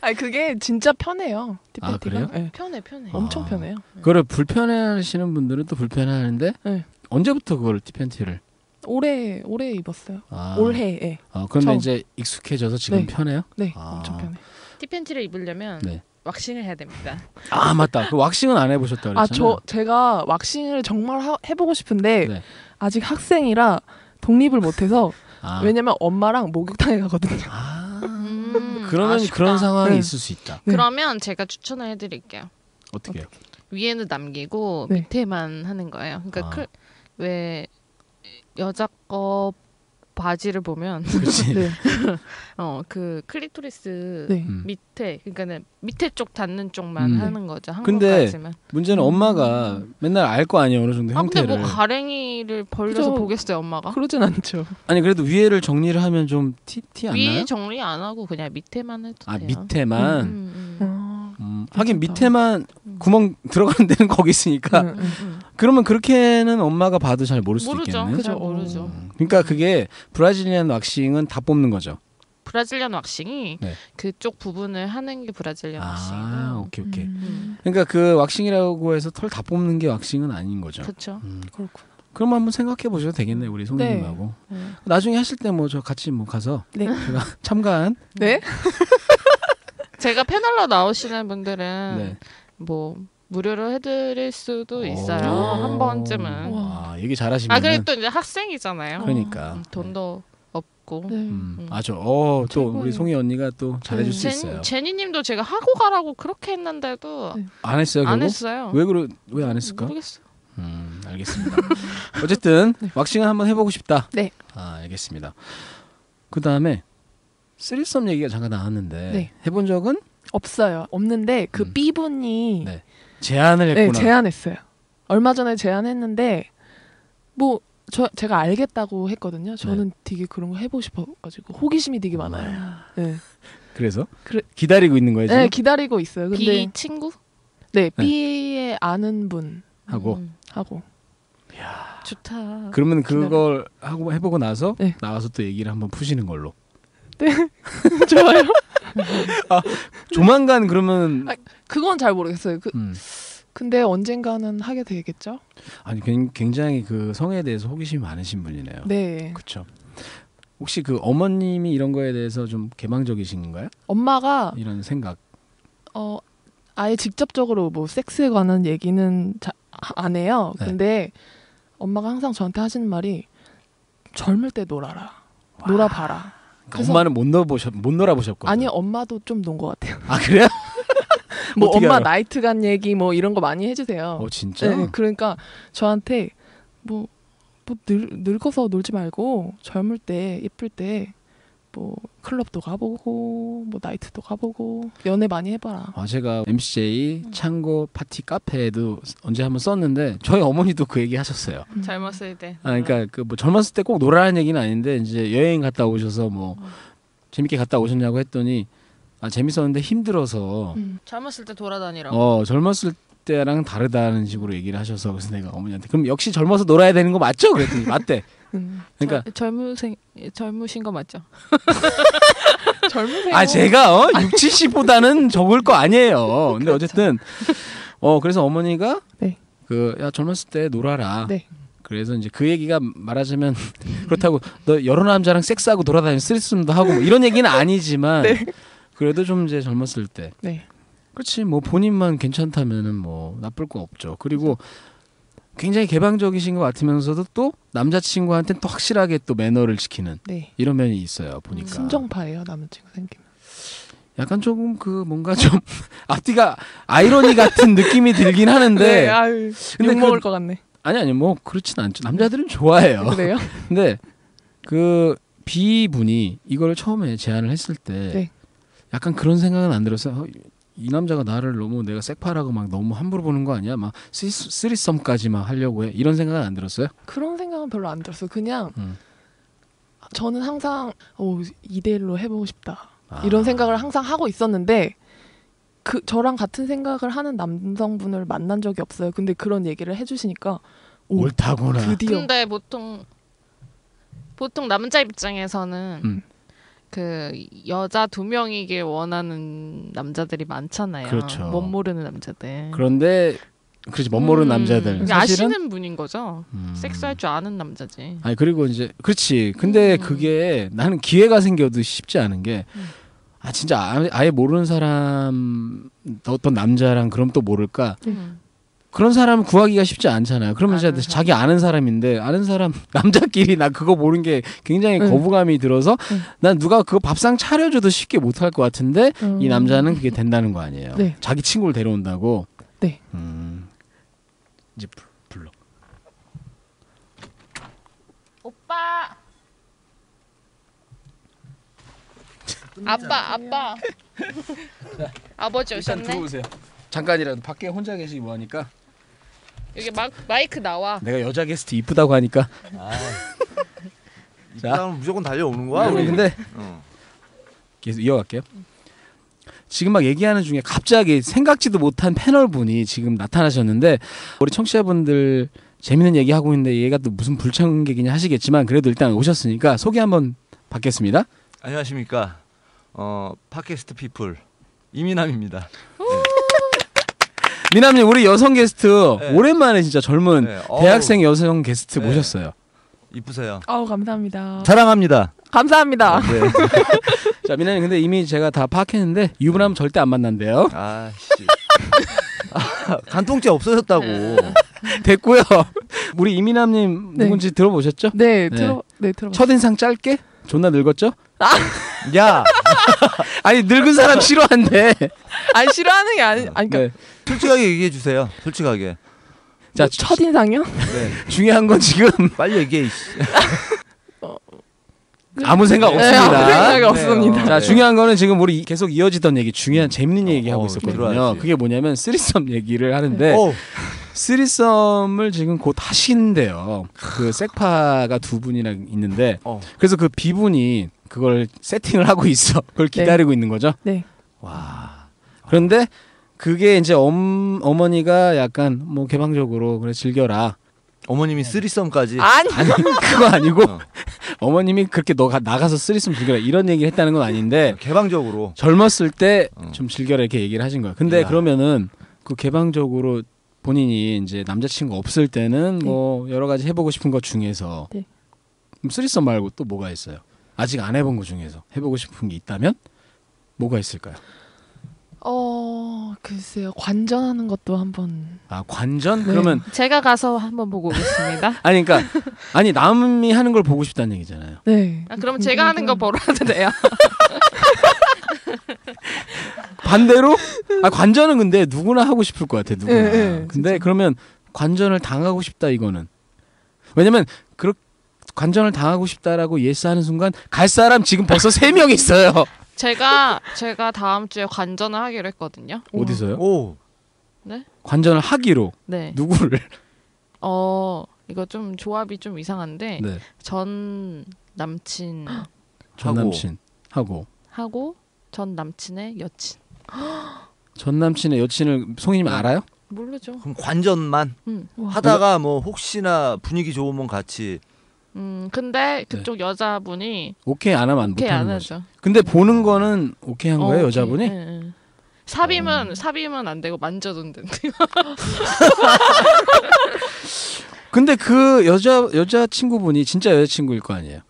아니 그게 진짜 편해요. 티 아, 팬티가. 그래요? 네. 편해 편해. 엄청 아. 편해요. 그거를 불편해하시는 분들은 또 불편해하는데 네. 언제부터 그거를 티팬티를? 올해 올해 입었어요. 아, 올해. 예. 아, 그런데 처음. 이제 익숙해져서 지금 네. 편해요? 네. 아. 엄청 편해. 티팬티를 입으려면 네. 왁싱을 해야 됩니다. 아 맞다. 그 왁싱은 안 해보셨다 그랬잖아요. 아 저 제가 왁싱을 정말 하- 해보고 싶은데 네. 아직 학생이라 독립을 못해서 아. 왜냐면 엄마랑 목욕탕에 가거든요. 아, 음, 그러면 아쉽다. 그런 상황이 네. 있을 수 있다. 네. 그러면 제가 추천을 해드릴게요. 어떻게요? 아, 위에는 남기고 네. 밑에만 하는 거예요. 그러니까 아. 클, 왜 여자 거 바지를 보면 그렇지. 네. 어 그 클리토리스 네. 음. 밑에 그러니까는 밑에 쪽 닿는 쪽만 음. 하는 거죠. 한 근데 번까지만. 문제는 엄마가 맨날 알 거 아니야 어느 정도 아 근데 형태를. 뭐 가랭이를 벌려서 그죠. 보겠어요 엄마가? 그러진 않죠. 아니 그래도 위에를 정리를 하면 좀 티 티 안 나요? 위에 정리 안 하고 그냥 밑에만 해도 아 돼요. 밑에만. 음, 음, 음, 아, 하긴 괜찮다. 밑에만 음. 구멍 들어가는 데는 거기 있으니까 음, 음. 음. 그러니까 그러면 그렇게는 엄마가 봐도 잘 모를 수도 모르죠. 있겠네. 그죠. 그죠 모르죠. 음. 그러니까 그게 브라질리안 왁싱은 다 뽑는 거죠. 브라질리안 왁싱이 네. 그쪽 부분을 하는 게 브라질리안 아 왁싱이고. 오케이 오케이. 음, 그러니까 그 왁싱이라고 해서 털 다 뽑는 게 왁싱은 아닌 거죠. 그렇죠. 음. 그렇구나. 그럼 한번 생각해 보셔도 되겠네 우리 송님하고 네. 나중에 하실 때 뭐 저 같이 뭐 가서 네. 제가 참가한 네. 제가 패널로 나오시는 분들은 네. 뭐 무료로 해드릴 수도 있어요. 오. 한 번쯤은. 와 얘기 잘하시면 아 그리고 또 이제 학생이잖아요. 어. 그러니까 음, 돈도 없고. 네. 음, 음. 아주 어또 최고예요. 우리 송이 언니가 또 잘해줄 수 있어요 제니, 제니님도 제가 하고 가라고 그렇게 했는데도 네. 안 했어요 안 결국 했어요. 뭐? 왜 그러 왜 안 했을까 모르겠어. 음 알겠습니다 어쨌든 왁싱을 한번 해보고 싶다 네. 아 알겠습니다 그 다음에 쓰리썸 얘기가 잠깐 나왔는데 네. 해본 적은 없어요. 없는데 그 음. B 분이 네, 제안을 네, 했구나 제안했어요. 얼마 전에 제안했는데 뭐 저, 제가 알겠다고 했거든요. 네. 저는 되게 그런 거 해보고 싶어가지고 호기심이 되게 많아요. 네, 그래서 그래- 기다리고 있는 거예요 지금 네, 기다리고 있어요. 근데 비 친구 네 B의 아는 분 하고 음, 하고 좋다. 그러면 그걸 하고 해보고 나서 네. 나와서 또 얘기를 한번 푸시는 걸로. 좋아요. 조만간 그러면 아, 그건 잘 모르겠어요. 그, 음, 근데 언젠가는 하게 되겠죠. 아니 굉- 굉장히 그 성에 대해서 호기심이 많으신 분이네요. 네, 그렇죠. 혹시 그 어머님이 이런 거에 대해서 좀 개방적이신가요? 엄마가 이런 생각. 그 어 아예 직접적으로 뭐 섹스에 관한 얘기는 자, 안 해요. 네. 근데 엄마가 항상 저한테 하시는 말이 젊을 때 놀아라. 놀아봐라. 그러니까 그래서- 엄마는 못 놀아보셨 못 놀아보셨거든요. 아니 엄마도 좀 논 것 같아요. 아 그래요? 뭐 어떻게 엄마 알아? 나이트 간 얘기 뭐 이런 거 많이 해주세요. 어 진짜? 네, 그러니까 저한테 뭐, 뭐 늙, 늙어서 놀지 말고 젊을 때 예쁠 때 뭐 클럽도 가보고 뭐 나이트도 가보고 연애 많이 해봐라. 아, 제가 MCJ 창고 파티 카페에도 언제 한번 썼는데 저희 어머니도 그 얘기 하셨어요. 음. 젊었을 때. 아, 그러니까 그 뭐 젊었을 때 꼭 놀아라는 얘기는 아닌데 이제 여행 갔다 오셔서 뭐 재밌게 갔다 오셨냐고 했더니 아 재밌었는데 힘들어서 음. 젊었을 때 돌아다니라고. 어 젊었을 때랑 다르다는 식으로 얘기를 하셔서 그래서 내가 어머니한테 그럼 역시 젊어서 놀아야 되는 거 맞죠? 그랬더니 맞대. 음. 그러니까 젊- 젊으생 젊으신 거 맞죠? 젊으세요. 아 제가 어 6, 70보다는 적을 거 아니에요. 근데 어쨌든 어 그래서 어머니가 네. 그 야 젊었을 때 놀아라. 네. 그래서 이제 그 얘기가 말하자면 그렇다고 너 여러 남자랑 섹스하고 돌아다니면 쓰리썸도 하고 뭐 이런 얘기는 아니지만 그래도 좀 이제 젊었을 때 네. 그렇지 뭐 본인만 괜찮다면은 뭐 나쁠 거 없죠. 그리고 굉장히 개방적이신 것 같으면서도 또 남자친구한테 또 확실하게 또 매너를 지키는 네. 이런 면이 있어요 보니까 순정파예요 남자친구 생기면. 약간 조금 그 뭔가 좀 앞뒤가 아이러니 같은 느낌이 들긴 하는데 네, 네, 아유, 근데 욕 그- 어. 먹을 것 같네. 아니 아니 뭐 그렇진 않죠 남자들은 좋아해요 네. 그래요? 근데 그 B 분이 이걸 처음에 제안을 했을 때 네. 약간 그런 생각은 안 들었어요. 어, 이 남자가 나를 너무 내가 섹파라고 막 너무 함부로 보는 거 아니야? 막 쓰리- 쓰리썸까지 막 하려고 해. 이런 생각은 안 들었어요? 그런 생각은 별로 안 들었어. 그냥 음. 저는 항상 어, 이대일로 해보고 싶다 아. 이런 생각을 항상 하고 있었는데 그 저랑 같은 생각을 하는 남성분을 만난 적이 없어요. 근데 그런 얘기를 해주시니까 오, 옳다구나. 드디어 근데 보통 보통 남자 입장에서는 음. 그 여자 두 명이길 원하는 남자들이 많잖아요. 그렇죠. 못 모르는 남자들. 그런데 그렇지 멋모르는 음, 남자들 그러니까 사실은 아시는 분인 거죠. 음. 섹스할 줄 아는 남자지. 아니 그리고 이제 그렇지. 근데 음. 그게 나는 기회가 생겨도 쉽지 않은 게. 음. 아 진짜 아- 아예 모르는 사람 어떤 남자랑 그럼 또 모를까 음. 그런 사람 구하기가 쉽지 않잖아요. 그러면 진짜 아는 그렇죠. 사람. 자기 아는 사람인데 아는 사람 남자끼리 나 그거 모르는 게 굉장히 음. 응. 거부감이 들어서 응. 난 누가 그거 밥상 차려줘도 쉽게 못 할 것 같은데 음. 이 남자는 그게 된다는 거 아니에요. 네. 자기 친구를 데려온다고. 네. 음. 이제 불- 불러. 오빠 아빠 아빠 아버지 일단 오셨네 들어오세요. 잠깐이라도 밖에 혼자 계시기 뭐하니까 여기 마, 마이크 나와 내가 여자 게스트 이쁘다고 하니까 자. 네, 일단 무조건 달려오는 거야 우리. 근데 어. 계속 이어갈게요. 지금 막 얘기하는 중에 갑자기 생각지도 못한 패널 분이 지금 나타나셨는데 우리 청취자분들 재밌는 얘기 하고 있는데 얘가 또 무슨 불청객이냐 하시겠지만 그래도 일단 오셨으니까 소개 한번 받겠습니다. 안녕하십니까. 어 팟캐스트 피플 이민함입니다. 미남님 우리 여성 게스트 네. 오랜만에 진짜 젊은 네, 어우. 대학생 여성 게스트 네. 모셨어요. 이쁘세요. 아우 어. 감사합니다. 사랑합니다. 감사합니다. 네. 자 미남님 근데 이미 제가 다 파악했는데 유부남 절대 안 만난대요. 아 씨. 아, 간통죄 없어졌다고. 됐고요. 우리 이미남님 네. 누군지 들어보셨죠? 네 네. 들어 네 들어. 첫인상 짧게? 존나 늙었죠? 야 아니 늙은 사람 싫어한대. 안 싫어하는 게 아니 아니 그러니까 네. 솔직하게 얘기해 주세요. 솔직하게. 자뭐 첫 인상이요? 네. 중요한 건 지금 빨리 얘기해. 이씨. 아무 생각 네, 아무 없습니다. 생각이 어. 없습니다. 네. 자 중요한 거는 지금 우리 계속 이어지던 얘기 중요한 재밌는 얘기 하고 어, 있었거든요. 들어와야지. 어. 그게 뭐냐면 쓰리썸 얘기를 하는데 오, 쓰리썸을 지금 곧 하신대요. 그 섹파가 두 분이랑 있는데 어. 그래서 그 비분이 그걸 세팅을 하고 있어. 그걸 네. 기다리고 있는 거죠. 네. 와. 그런데 그게 이제 엄, 어머니가 약간 뭐 개방적으로 그래 즐겨라. 어머님이 쓰리썸까지. 아니 아니 그거 아니고 어. 어머님이 그렇게 너가 나가서 쓰리썸 즐겨라 이런 얘기를 했다는 건 아닌데 네, 개방적으로. 젊었을 때 어. 좀 즐겨라 이렇게 얘기를 하신 거야. 근데 야. 그러면은 그 개방적으로 본인이 이제 남자친구 없을 때는 뭐 여러 가지 해보고 싶은 것 중에서 네. 그럼 쓰리썸 말고 또 뭐가 있어요? 아직 안 해본 것 중에서 해보고 싶은 게 있다면 뭐가 있을까요? 어 글쎄요 관전하는 것도 한번 아 관전? 네. 그러면 제가 가서 한번 보고 오겠습니다. 아니 그러니까 아니 남이 하는 걸 보고 싶다는 얘기잖아요. 네. 아, 그럼 제가 하는 거 보러 와도 돼요 반대로 아 관전은 근데 누구나 하고 싶을 것 같아 예, 누구나. 네, 네, 근데 그러면 관전을 당하고 싶다 이거는 왜냐면 그렇 관전을 당하고 싶다라고 예스하는 순간 갈 사람 지금 벌써 세 명 있어요. 제가 제가 다음 주에 관전을 하기로 했거든요 어디서요? 오. 관전을 하기로 네. 누구를? 어 이거 좀 조합이 좀 이상한데 네. 전 남친 전 남친 하고 하고 전 남친의 여친 전 남친의 여친을 송이님 예. 알아요? 모르죠. 그럼 관전만 음. 하다가 뭐 혹시나 분위기 좋으면 같이 음 근데 그쪽 여자분이 오케이 안 하면 안 오케이 안 못하는 네. 뭐 거죠. 하죠. 근데 보는 거는 오케이 한 어, 거예요 오케이. 여자분이? 어. 예, 예. 삽입은 삽입은 안 되고 만져도 안 된대 근데 그 여자 여자 친구분이 진짜 여자 친구일 거 아니에요?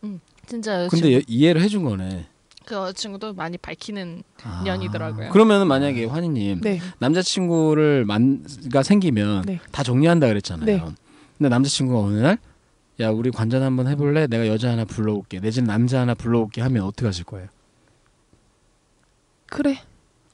진짜 여친 근데 여- 이해를 해준 거네. 그 여자친구도 많이 밝히는 아. 년이더라고요. 그러면 만약에 아. 환희님 네. 남자친구를 만가 생기면 네. 다 정리한다 그랬잖아요. 네. 근데 남자친구가 어느 날 야 우리 관전 한번 해볼래? 내가 여자 하나 불러올게. 내지는 남자 하나 불러올게 하면 어떻게 하실 거예요? 그래.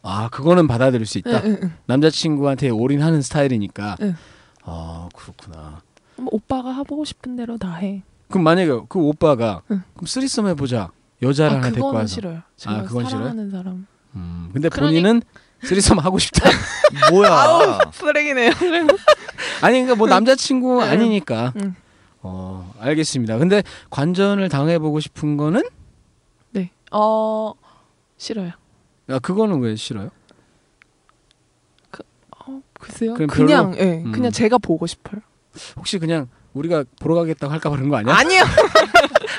아 그거는 받아들일 수 있다. 응, 응, 응. 남자친구한테 올인하는 스타일이니까. 응. 아 그렇구나. 뭐 오빠가 하고 싶은 대로 다 해. 그럼 만약에 그 오빠가 응. 그럼 쓰리썸 해보자. 여자를 아 하나 데리고 그거는 와서. 싫어요. 아, 제가 그건 싫어요? 사랑하는 사람. 음, 근데 그러니- 본인은 쓰리썸 하고 싶다. 뭐야? 쓰레기네요. 아니 그러니까 뭐 남자친구 아니니까. 응. 어 알겠습니다. 근데 관전을 당해보고 싶은 거는 네. 어 싫어요. 야, 아, 그거는 왜 싫어요? 어 글쎄요. 그럼 그냥 예. 음. 그냥 제가 보고 싶어요. 혹시 그냥 우리가 보러 가겠다고 할까 봐 그런 거 아니야? 아니요.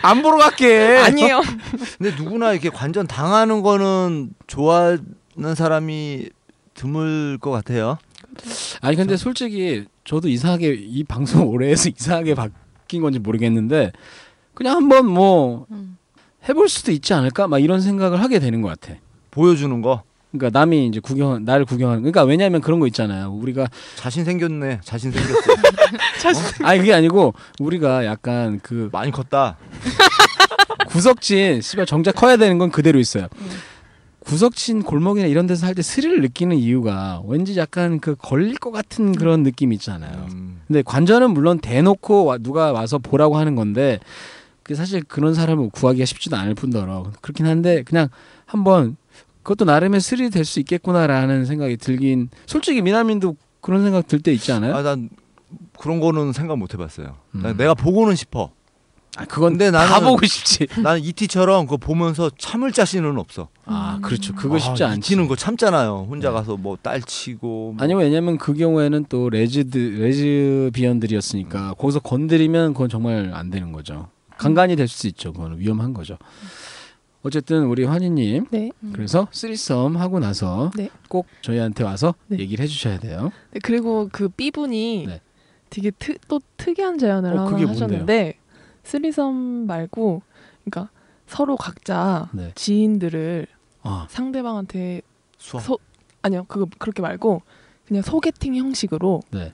안 보러 갈게. 아니요. 근데 누구나 이렇게 관전 당하는 거는 좋아하는 사람이 드물 것 같아요. 아니 근데 솔직히 저도 이상하게 이 방송 오래 해서 이상하게 바뀐 건지 모르겠는데 그냥 한번 뭐 음. 해볼 수도 있지 않을까? 막 이런 생각을 하게 되는 것 같아. 보여주는 거 그러니까 남이 이제 구경 나를 구경하는 그러니까 왜냐하면 그런 거 있잖아요. 우리가 자신 생겼네. 자신 생겼어. 아니 그게 아니고 우리가 약간 그 많이 컸다. 구석진 씨발 정작 커야 되는 건 그대로 있어요. 구석진 골목이나 이런 데서 할 때 스릴을 느끼는 이유가 왠지 약간 그 걸릴 것 같은 그런 느낌 있잖아요. 음. 근데 관전은 물론 대놓고 와- 누가 와서 보라고 하는 건데 그 사실 그런 사람을 구하기가 쉽지도 않을 뿐더러 그렇긴 한데 그냥 한번 그것도 나름의 스릴이 될 수 있겠구나라는 생각이 들긴 솔직히 미나민도 그런 생각 들 때 있지 않아요? 아, 난 그런 거는 생각 못 해봤어요. 난 음. 내가 보고는 싶어. 아, 그건 근데 다 나는- 보고 싶지. 나는 이티처럼 그거 보면서 참을 자신은 없어. 아 그렇죠. 그거 쉽지 아, 않지. 이티는 그거 참잖아요. 혼자 네. 가서 뭐 딸 치고. 음. 뭐. 아니면 왜냐면 그 경우에는 또 레즈드 레즈비언들이었으니까 음. 거기서 건드리면 그건 정말 안 되는 거죠. 간간이 될 수 있죠. 그건 위험한 거죠. 어쨌든 우리 환희님 네. 그래서 쓰리썸 하고 나서 네. 꼭 저희한테 와서 네. 얘기를 해주셔야 돼요. 네, 그리고 그 B분이 네. 되게 트, 또 특이한 제안을 어, 하나 그게 뭔데요? 하셨는데 쓰리섬 말고 그러니까 서로 각자 네. 지인들을 아, 상대방한테 수학. 서, 아니요 그거 그렇게 말고 그냥 소개팅 형식으로 네.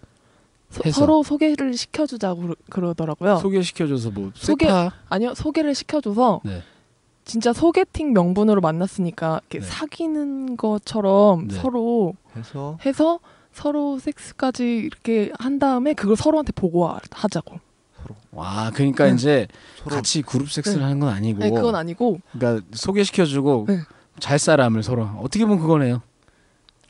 서, 해서. 서로 소개를 시켜주자고 그러- 그러더라고요. 소개시켜줘서 뭐 어. 소개- 세파 아니요 소개를 시켜줘서 네. 진짜 소개팅 명분으로 만났으니까 이렇게 네. 사귀는 것처럼 네. 서로 해서 해서 서로 섹스까지 이렇게 한 다음에 그걸 서로한테 보고 하- 하자고. 와 그러니까 이제 서로 같이 그룹 섹스를 네. 하는 건 아니고 아니 그건 아니고 그러니까 소개시켜주고 네. 잘 사람을 서로 어떻게 보면 그거네요.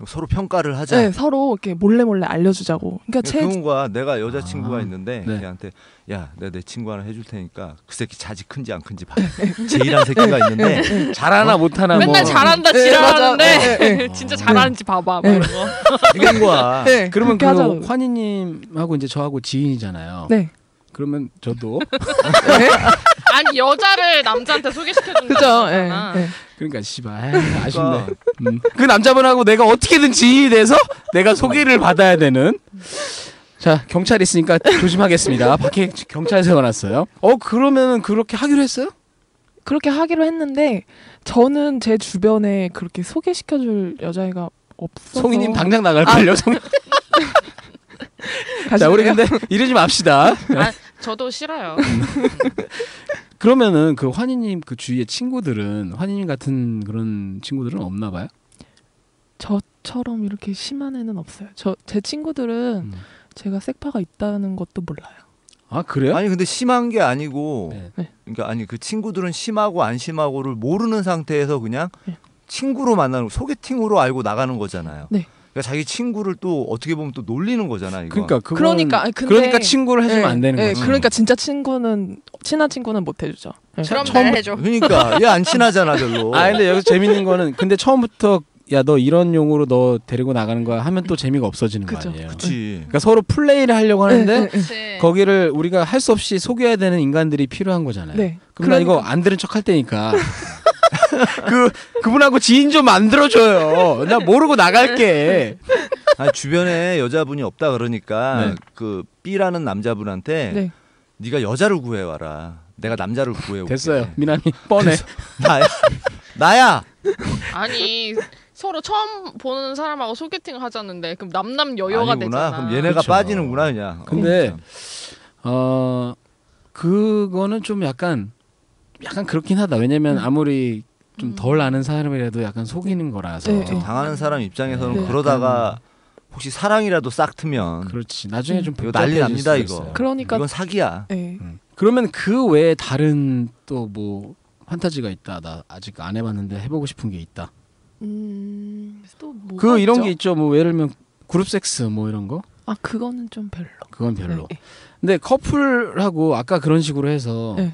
서로 평가를 하자. 네, 서로 이렇게 몰래 몰래 알려주자고. 그러니까 네, 제 그런 거야. 내가 여자 친구가 아, 있는데 네. 걔한테 야, 내가 내 친구 하나 해줄 테니까 그 새끼 자지 큰지 안 큰지 봐. 제일한 네. 새끼가 있는데 어? 잘하나 못하나 맨날 뭐 예, 잘한다 네, 맞아. 네, 지랄하는데 네. 진짜 잘하는지 봐봐. 막 이런 거. 그런 거야. 네, 그러면 그렇게 그 하자고. 환희님하고 이제 저하고 지인이잖아요. 네, 그러면 저도 아니 여자를 남자한테 소개시켜준다. 그죠. 예, 예. 그러니까 씨발 에이, 아쉽네. 음. 그 남자분하고 내가 어떻게든 지인이 돼서 내가 소개를 음. 받아야 되는. 자 경찰 있으니까 조심하겠습니다. 밖에 경찰 세워놨어요. 어 그러면은 그렇게 하기로 했어요? 그렇게 하기로 했는데 저는 제 주변에 그렇게 소개시켜줄 여자애가 없어서. 송이님 당장 나갈 걸요. 송이. 자 우리 근데 이러지 맙시다. 예. 아, 저도 싫어요. 음, 그러면은 그 환희님 그 주위의 친구들은 환희님 같은 그런 친구들은 없나 봐요. 저처럼 이렇게 심한 애는 없어요. 저 제 친구들은 음. 제가 섹파가 있다는 것도 몰라요. 아 그래요? 아니 근데 심한 게 아니고 네. 네. 그러니까 아니 그 친구들은 심하고 안 심하고를 모르는 상태에서 그냥 네. 친구로 만나는 거, 소개팅으로 알고 나가는 거잖아요. 네. 그러니까 자기 친구를 또 어떻게 보면 또 놀리는 거잖아 이거. 그러니까 그건- 그러니까, 아니, 근데- 그러니까 친구를 해주면 예, 안 되는 예, 거지. 그러니까 진짜 친구는 친한 친구는 못 해주죠. 네. 예. 그럼 날 해줘. 그러니까 얘 안 친하잖아 별로. 아 근데 여기서 재밌는 거는 근데 처음부터 야 너 이런 용으로 너 데리고 나가는 거야 하면 또 재미가 없어지는 그죠. 거 아니에요. 그치. 그러니까 서로 플레이를 하려고 하는데 예, 예, 예. 네. 거기를 우리가 할 수 없이 속여야 되는 인간들이 필요한 거잖아요. 네. 그럼 나 이거 안 들은 척 할 테니까. 그 그분하고 지인 좀 만들어줘요. 나 모르고 나갈게. 아니, 주변에 여자분이 없다 그러니까 네. 그 B라는 남자분한테 네. 네가 여자를 구해 와라. 내가 남자를 구해 올게. 됐어요. 미남이 뻔해. 나야. 나야. 아니 서로 처음 보는 사람하고 소개팅 하자는데 그럼 남남 여여가 아니구나. 되잖아. 그럼 얘네가 그쵸. 빠지는구나 그냥. 근데 어, 어 그거는 좀 약간 약간 그렇긴 하다. 왜냐면 음. 아무리 좀 덜 아는 사람이라도 약간 속이는 거라서. 네, 네. 당하는 사람 입장에서는 네. 그러다가 음. 혹시 사랑이라도 싹 트면 그렇지. 나중에 좀 이거 복잡해질 난리 납니다, 수가 이거. 있어요. 그러니까 이건 사기야. 예. 그러면 그 외에 다른 또 뭐 판타지가 있다. 나 아직 안 해봤는데 해보고 싶은 게 있다. 음, 또 뭐가 그 이런 있죠? 게 있죠. 뭐 예를 들면 그룹 섹스 뭐 이런 거. 아 그거는 좀 별로. 그건 별로. 네. 근데 커플하고 아까 그런 식으로 해서 네.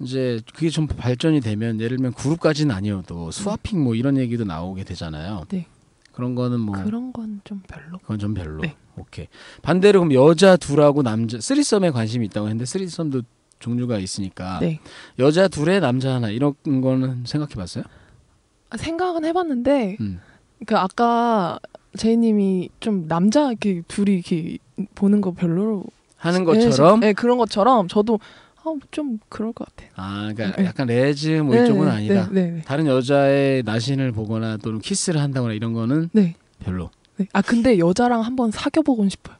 이제 그게 좀 발전이 되면 예를 들면 그룹까지는 아니어도 스와핑 뭐 이런 얘기도 나오게 되잖아요. 네. 그런 거는 뭐 그런 건 좀 별로. 그건 좀 별로. 네. 오케이. 반대로 그럼 여자 둘하고 남자 쓰리썸에 관심이 있다고 했는데 쓰리썸도 종류가 있으니까 네. 여자 둘에 남자 하나 이런 거는 생각해봤어요? 아, 생각은 해봤는데 음. 그 아까 제이님이 좀 남자 이렇게 둘이 이렇게 보는 거 별로 하는 것처럼 예, 예, 그런 것처럼 저도 아, 좀 그럴 것 같아. 아 그러니까 네. 약간 레즈 뭐 네, 이쪽은 네, 아니다. 네, 네, 다른 여자의 나신을 보거나 또는 키스를 한다거나 이런 거는 네. 별로. 네. 아 근데 여자랑 한번 사귀어 보고 싶어요.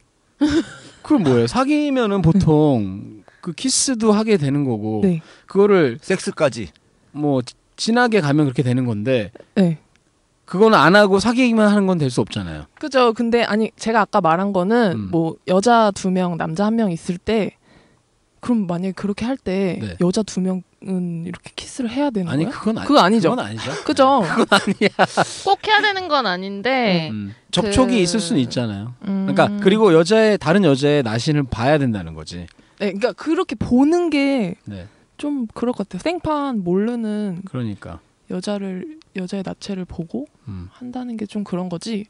그럼 뭐예요? 사귀면은 보통 그 키스도 하게 되는 거고 네. 그거를 섹스까지. 뭐 지- 진하게 가면 그렇게 되는 건데 네. 그건 안 하고 사귀기만 하는 건 될 수 없잖아요. 그죠. 근데 아니 제가 아까 말한 거는 음. 뭐 여자 두 명, 남자 한 명 있을 때 그럼 만약에 그렇게 할 때 네. 여자 두 명은 이렇게 키스를 해야 되는 아니 거야? 그건 아니 그거 아니죠. 그건 아니죠. 그죠? 꼭 해야 되는 건 아닌데 음, 접촉이 그- 있을 수는 있잖아요. 음. 그러니까 그리고 여자의 다른 여자의 나신을 봐야 된다는 거지. 네, 그러니까 그렇게 보는 게 네. 좀 그럴 것 같아요. 생판 모르는 그러니까. 여자를 여자의 나체를 보고 음. 한다는 게 좀 그런 거지.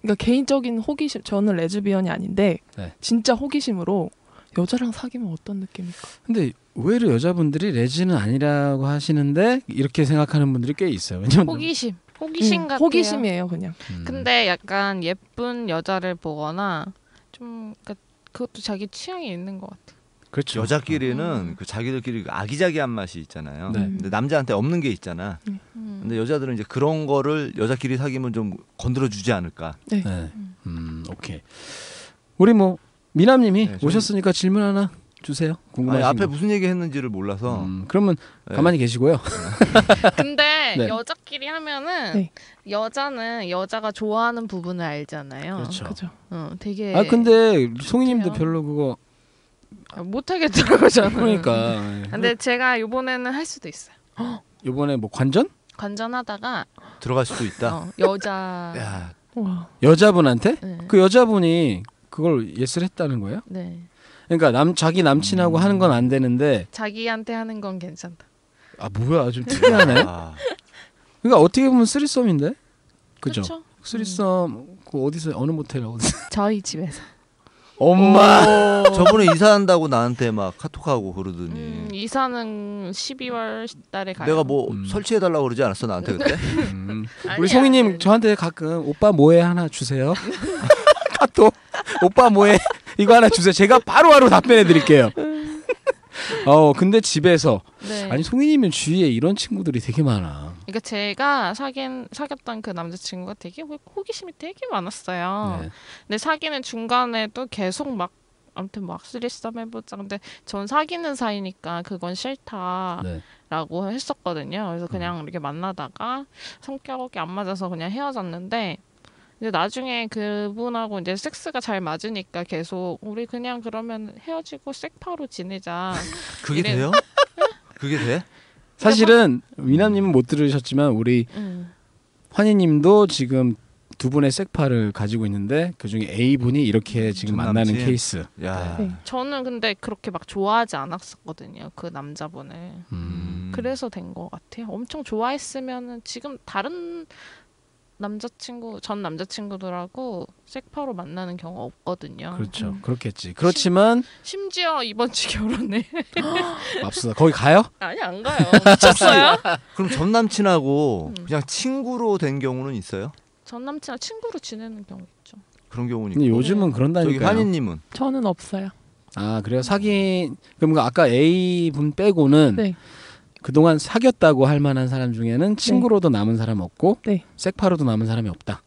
그러니까 개인적인 호기심 저는 레즈비언이 아닌데 네. 진짜 호기심으로 여자랑 사귀면 어떤 음, 느낌일까? 근데 의외로 여자분들이 레즈는 아니라고 하시는데 이렇게 생각하는 분들이 꽤 있어요. 왜냐면 호기심. 호기심 음, 같아요. 호기심이에요, 그냥. 음. 근데 약간 예쁜 여자를 보거나 좀 그러니까 그것도 자기 취향이 있는 것 같아요. 그렇죠. 음. 여자끼리는 그 자기들끼리 그 아기자기한 맛이 있잖아요. 네. 근데 남자한테 없는 게 있잖아. 음. 근데 여자들은 이제 그런 거를 여자끼리 사귀면 좀 건드려 주지 않을까. 네. 음, 오케이. 우리 뭐 미남님이 네, 저는- 오셨으니까 질문 하나 주세요. 궁금하신 아니, 예, 거. 앞에 무슨 얘기 했는지를 몰라서 음, 그러면 네. 가만히 어, 계시고요. 근데 네. 여자끼리 하면은 네. 여자는 여자가 좋아하는 부분을 알잖아요. 그렇죠. 그죠. 어, 되게 아 근데 송이님도 그래요. 별로 그거 아, 못하겠더라고요. 저는. 그러니까 근데 제가 요번에는 할 수도 있어요. 이번에 뭐 관전 관전하다가 들어갈 수도 있다. 어, 여자 야, 와. 여자분한테 네. 그 여자분이 그걸 예스를 했다는 거예요? 네. 그러니까 남 자기 음. 남친하고 하는 건 안 되는데 자기한테 하는 건 괜찮다. 아 뭐야 좀 특이하네. 아, 그러니까 어떻게 보면 쓰리썸인데 그죠? 그쵸? 쓰리썸 그 어디서 어느 모텔 어디서 저희 집에서 엄마 저번에 이사한다고 나한테 막 카톡하고 그러더니 음, 이사는 12월 달에 가요. 내가 뭐 음. 설치해 달라고 그러지 않았어 나한테 그때? 음. 아니야, 우리 송이님 아니야. 저한테 가끔 오빠 뭐해 하나 주세요. 카톡 오빠 뭐해 이거 하나 주세요. 제가 바로바로 답변해 드릴게요. 어 근데 집에서 네. 아니 송이님은 주위에 이런 친구들이 되게 많아. 그러니까 제가 사귄 사귀었던 그 남자친구가 되게 호- 호기심이 되게 많았어요. 네. 근데 사귀는 중간에 또 계속 막 아무튼 막 쓰리썸 해보자. 근데 전 사귀는 사이니까 그건 싫다라고 네. 했었거든요. 음. 그래서 그냥 이렇게 만나다가 성격이 안 맞아서 그냥 헤어졌는데 이제 나중에 그분하고 이제 섹스가 잘 맞으니까 계속 우리 그냥 그러면 헤어지고 섹파로 지내자. 그게 이래. 돼요? 그게 돼? 사실은 위남님은 못 들으셨지만 우리 음. 환희님도 지금 두 분의 섹파를 가지고 있는데 그 중에 A 분이 이렇게 지금 전 만나는 남친. 케이스. 야, 네. 저는 근데 그렇게 막 좋아하지 않았었거든요. 그 남자분을. 음. 그래서 된 것 같아요. 엄청 좋아했으면은 지금 다른 남자친구 전 남자친구들하고 섹파로 만나는 경우 아. 없거든요. 그렇죠. 그렇겠지. 그렇지만 심지어 이번 주 결혼해. 맙소사 거기 가요? 아니 안 가요. 미쳤어요? 그럼 전 남친하고 음. 그냥 친구로 된 경우는 있어요? 전 남친이랑 친구로 지내는 경우 있죠. 그런 경우는 근데 있고. 요즘은 그러니까. 저기 그런다니까요. 환희님은 저는 없어요. 음. 아 그래요? 사귄 그럼 그 아까 A 분 빼고는 네. 그동안 사귀었다고 할 만한 사람 중에는 친구로도 남은 사람 없고 네. 섹파로도 남은 사람이 없다.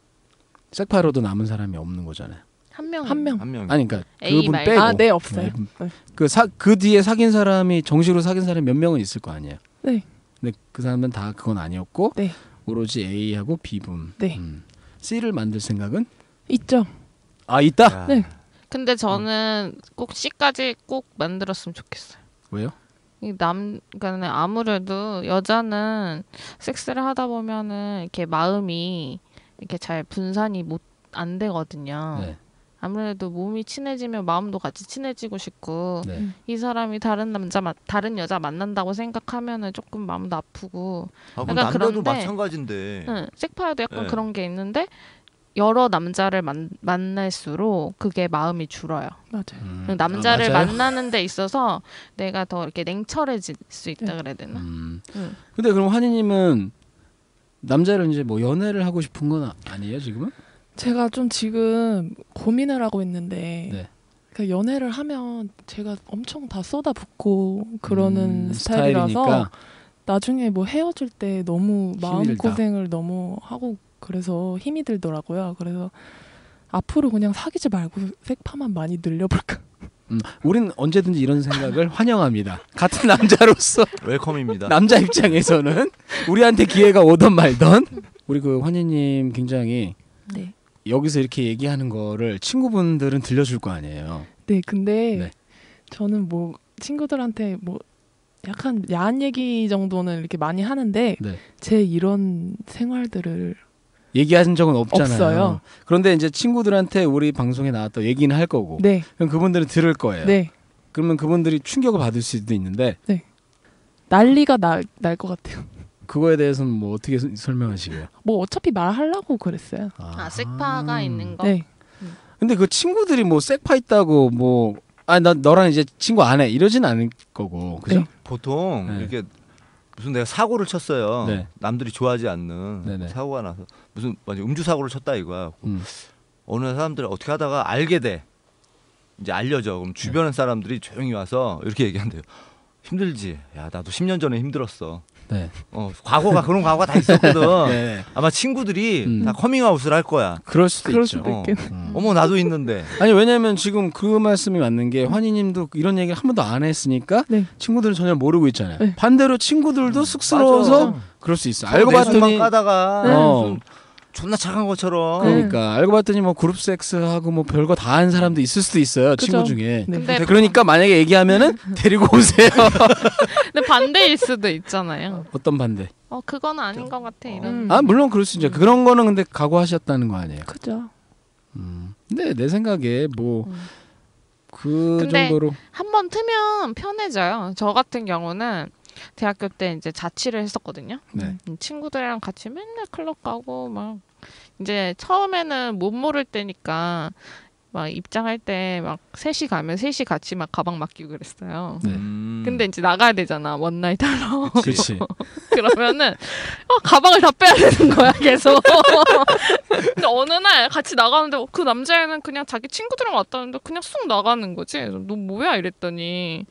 섹파로도 남은 사람이 없는 거잖아요. 한 명. 한 명. 한 명. 아니 그러니까 A 그분 말고. 빼고 아, 네, 없어요. 네. 그사그 뒤에 사귄 사람이 정식으로 사귄 사람이 몇 명은 있을 거 아니에요. 네. 근데 그 사람은 다 그건 아니었고 네. 오로지 A하고 B 분. 네. 음. C를 만들 생각은 있죠. 아 있다. 야, 네. 근데 저는 꼭 C까지 꼭 만들었으면 좋겠어요. 왜요? 이 남 그러니까 아무래도 여자는 섹스를 하다 보면은 이렇게 마음이 이렇게 잘 분산이 못 안 어. 되거든요. 네. 아무래도 몸이 친해지면 마음도 같이 친해지고 싶고 네. 이 사람이 다른 남자 마- 다른 여자 만난다고 생각하면은 조금 마음도 아프고 아, 그럼 약간 남자도 그런데- 마찬가지인데. 응, 섹파도 약간 네. 그런 게 있는데 여러 남자를 만, 만날수록 그게 마음이 줄어요. 맞아요. 음. 남자를 아, 맞아요? 만나는 데 있어서 내가 더 이렇게 냉철해질 수 있다 그래야 되나? 음. 응. 근데 그럼 환희님은 남자를 이제 뭐 연애를 하고 싶은 건 아- 아니에요 지금은? 제가 좀 지금 고민을 하고 있는데 네. 그 연애를 하면 제가 엄청 다 쏟아붓고 그러는 음, 스타일이라서 스타일이니까. 나중에 뭐 헤어질 때 너무 힘이 마음 들다. 고생을 너무 하고 그래서 힘이 들더라고요. 그래서 앞으로 그냥 사귀지 말고 색파만 많이 늘려볼까. 음, 우리는 언제든지 이런 생각을 환영합니다. 같은 남자로서 웰컴입니다. 남자 입장에서는 우리한테 기회가 오던 말던 우리 그 환희님 굉장히 네. 여기서 이렇게 얘기하는 거를 친구분들은 들려줄 거 아니에요. 네, 근데 네. 저는 뭐 친구들한테 뭐 약간 야한 얘기 정도는 이렇게 많이 하는데 네. 제 이런 생활들을 얘기한 적은 없잖아요. 없어요. 그런데 이제 친구들한테 우리 방송에 나왔다 얘기는 할 거고 네, 그럼 뭐 그분들은 들을 거예요. 네 그러면 그분들이 충격을 받을 수도 있는데 난리가 날 것 같아요. 그거에 대해서는 뭐 어떻게 서- 설명하시고요? 뭐 어차피 말하려고 그랬어요. 아, 섹파가 있는 거. 네, 근데 그 친구들이 뭐 섹파 있다고 뭐 아니 나 너랑 이제 친구 안 해 이러진 않을 거고 그죠? 보통 네. 이렇게 무슨 내가 사고를 쳤어요. 네. 남들이 좋아하지 않는 네네. 사고가 나서 무슨 완전 음주 사고를 쳤다 이거야. 음. 어느 사람들 어떻게 하다가 알게 돼. 이제 알려져. 그럼 주변 네. 사람들이 조용히 와서 이렇게 얘기한대요. 힘들지. 야 나도 10년 전에 힘들었어. 네. 어 과거가 그런 과거가 다 있었거든. 네. 아마 친구들이 음. 다 커밍아웃을 할 거야. 그럴 수도 그럴 있죠. 수도 어. 있겠네. 음. 어머 나도 있는데. 아니 왜냐면 지금 그 말씀이 맞는 게 환희님도 이런 얘기를 한 번도 안 했으니까 네. 친구들은 전혀 모르고 있잖아요. 네. 반대로 친구들도 쑥스러워서 맞아. 그럴 수 있어. 요 서로 알고 내 수만 봤더니 까다가 어. 무슨 존나 착한 것처럼 그러니까 알고 봤더니 뭐 그룹 섹스하고 뭐 별거 다 한 사람도 있을 수도 있어요 친구 그죠. 중에. 네. 근데, 그러니까 만약에 얘기하면은 데리고 오세요. 근데 반대일 수도 있잖아요. 어떤 반대? 어 그건 아닌 것 같아. 이런. 음. 아 물론 그럴 수 있죠. 그런 거는 근데 각오하셨다는 거 아니에요. 그죠. 음. 근데 내 생각에 뭐. 음. 그 근데 정도로 한 번 트면 편해져요. 저 같은 경우는 대학교 때 이제 자취를 했었거든요. 네. 음, 친구들이랑 같이 맨날 클럽 가고 막 이제 처음에는 못 모를 때니까 막 입장할 때 막 셋이 가면 셋이 같이 막 가방 맡기고 그랬어요. 네. 음. 근데 이제 나가야 되잖아 원나잇 하러 그렇지. 그러면은 어, 가방을 다 빼야 되는 거야 계속 근데 어느 날 같이 나가는데 그 남자애는 그냥 자기 친구들이랑 왔다는데 그냥 쑥 나가는 거지 그래서 너 뭐야 이랬더니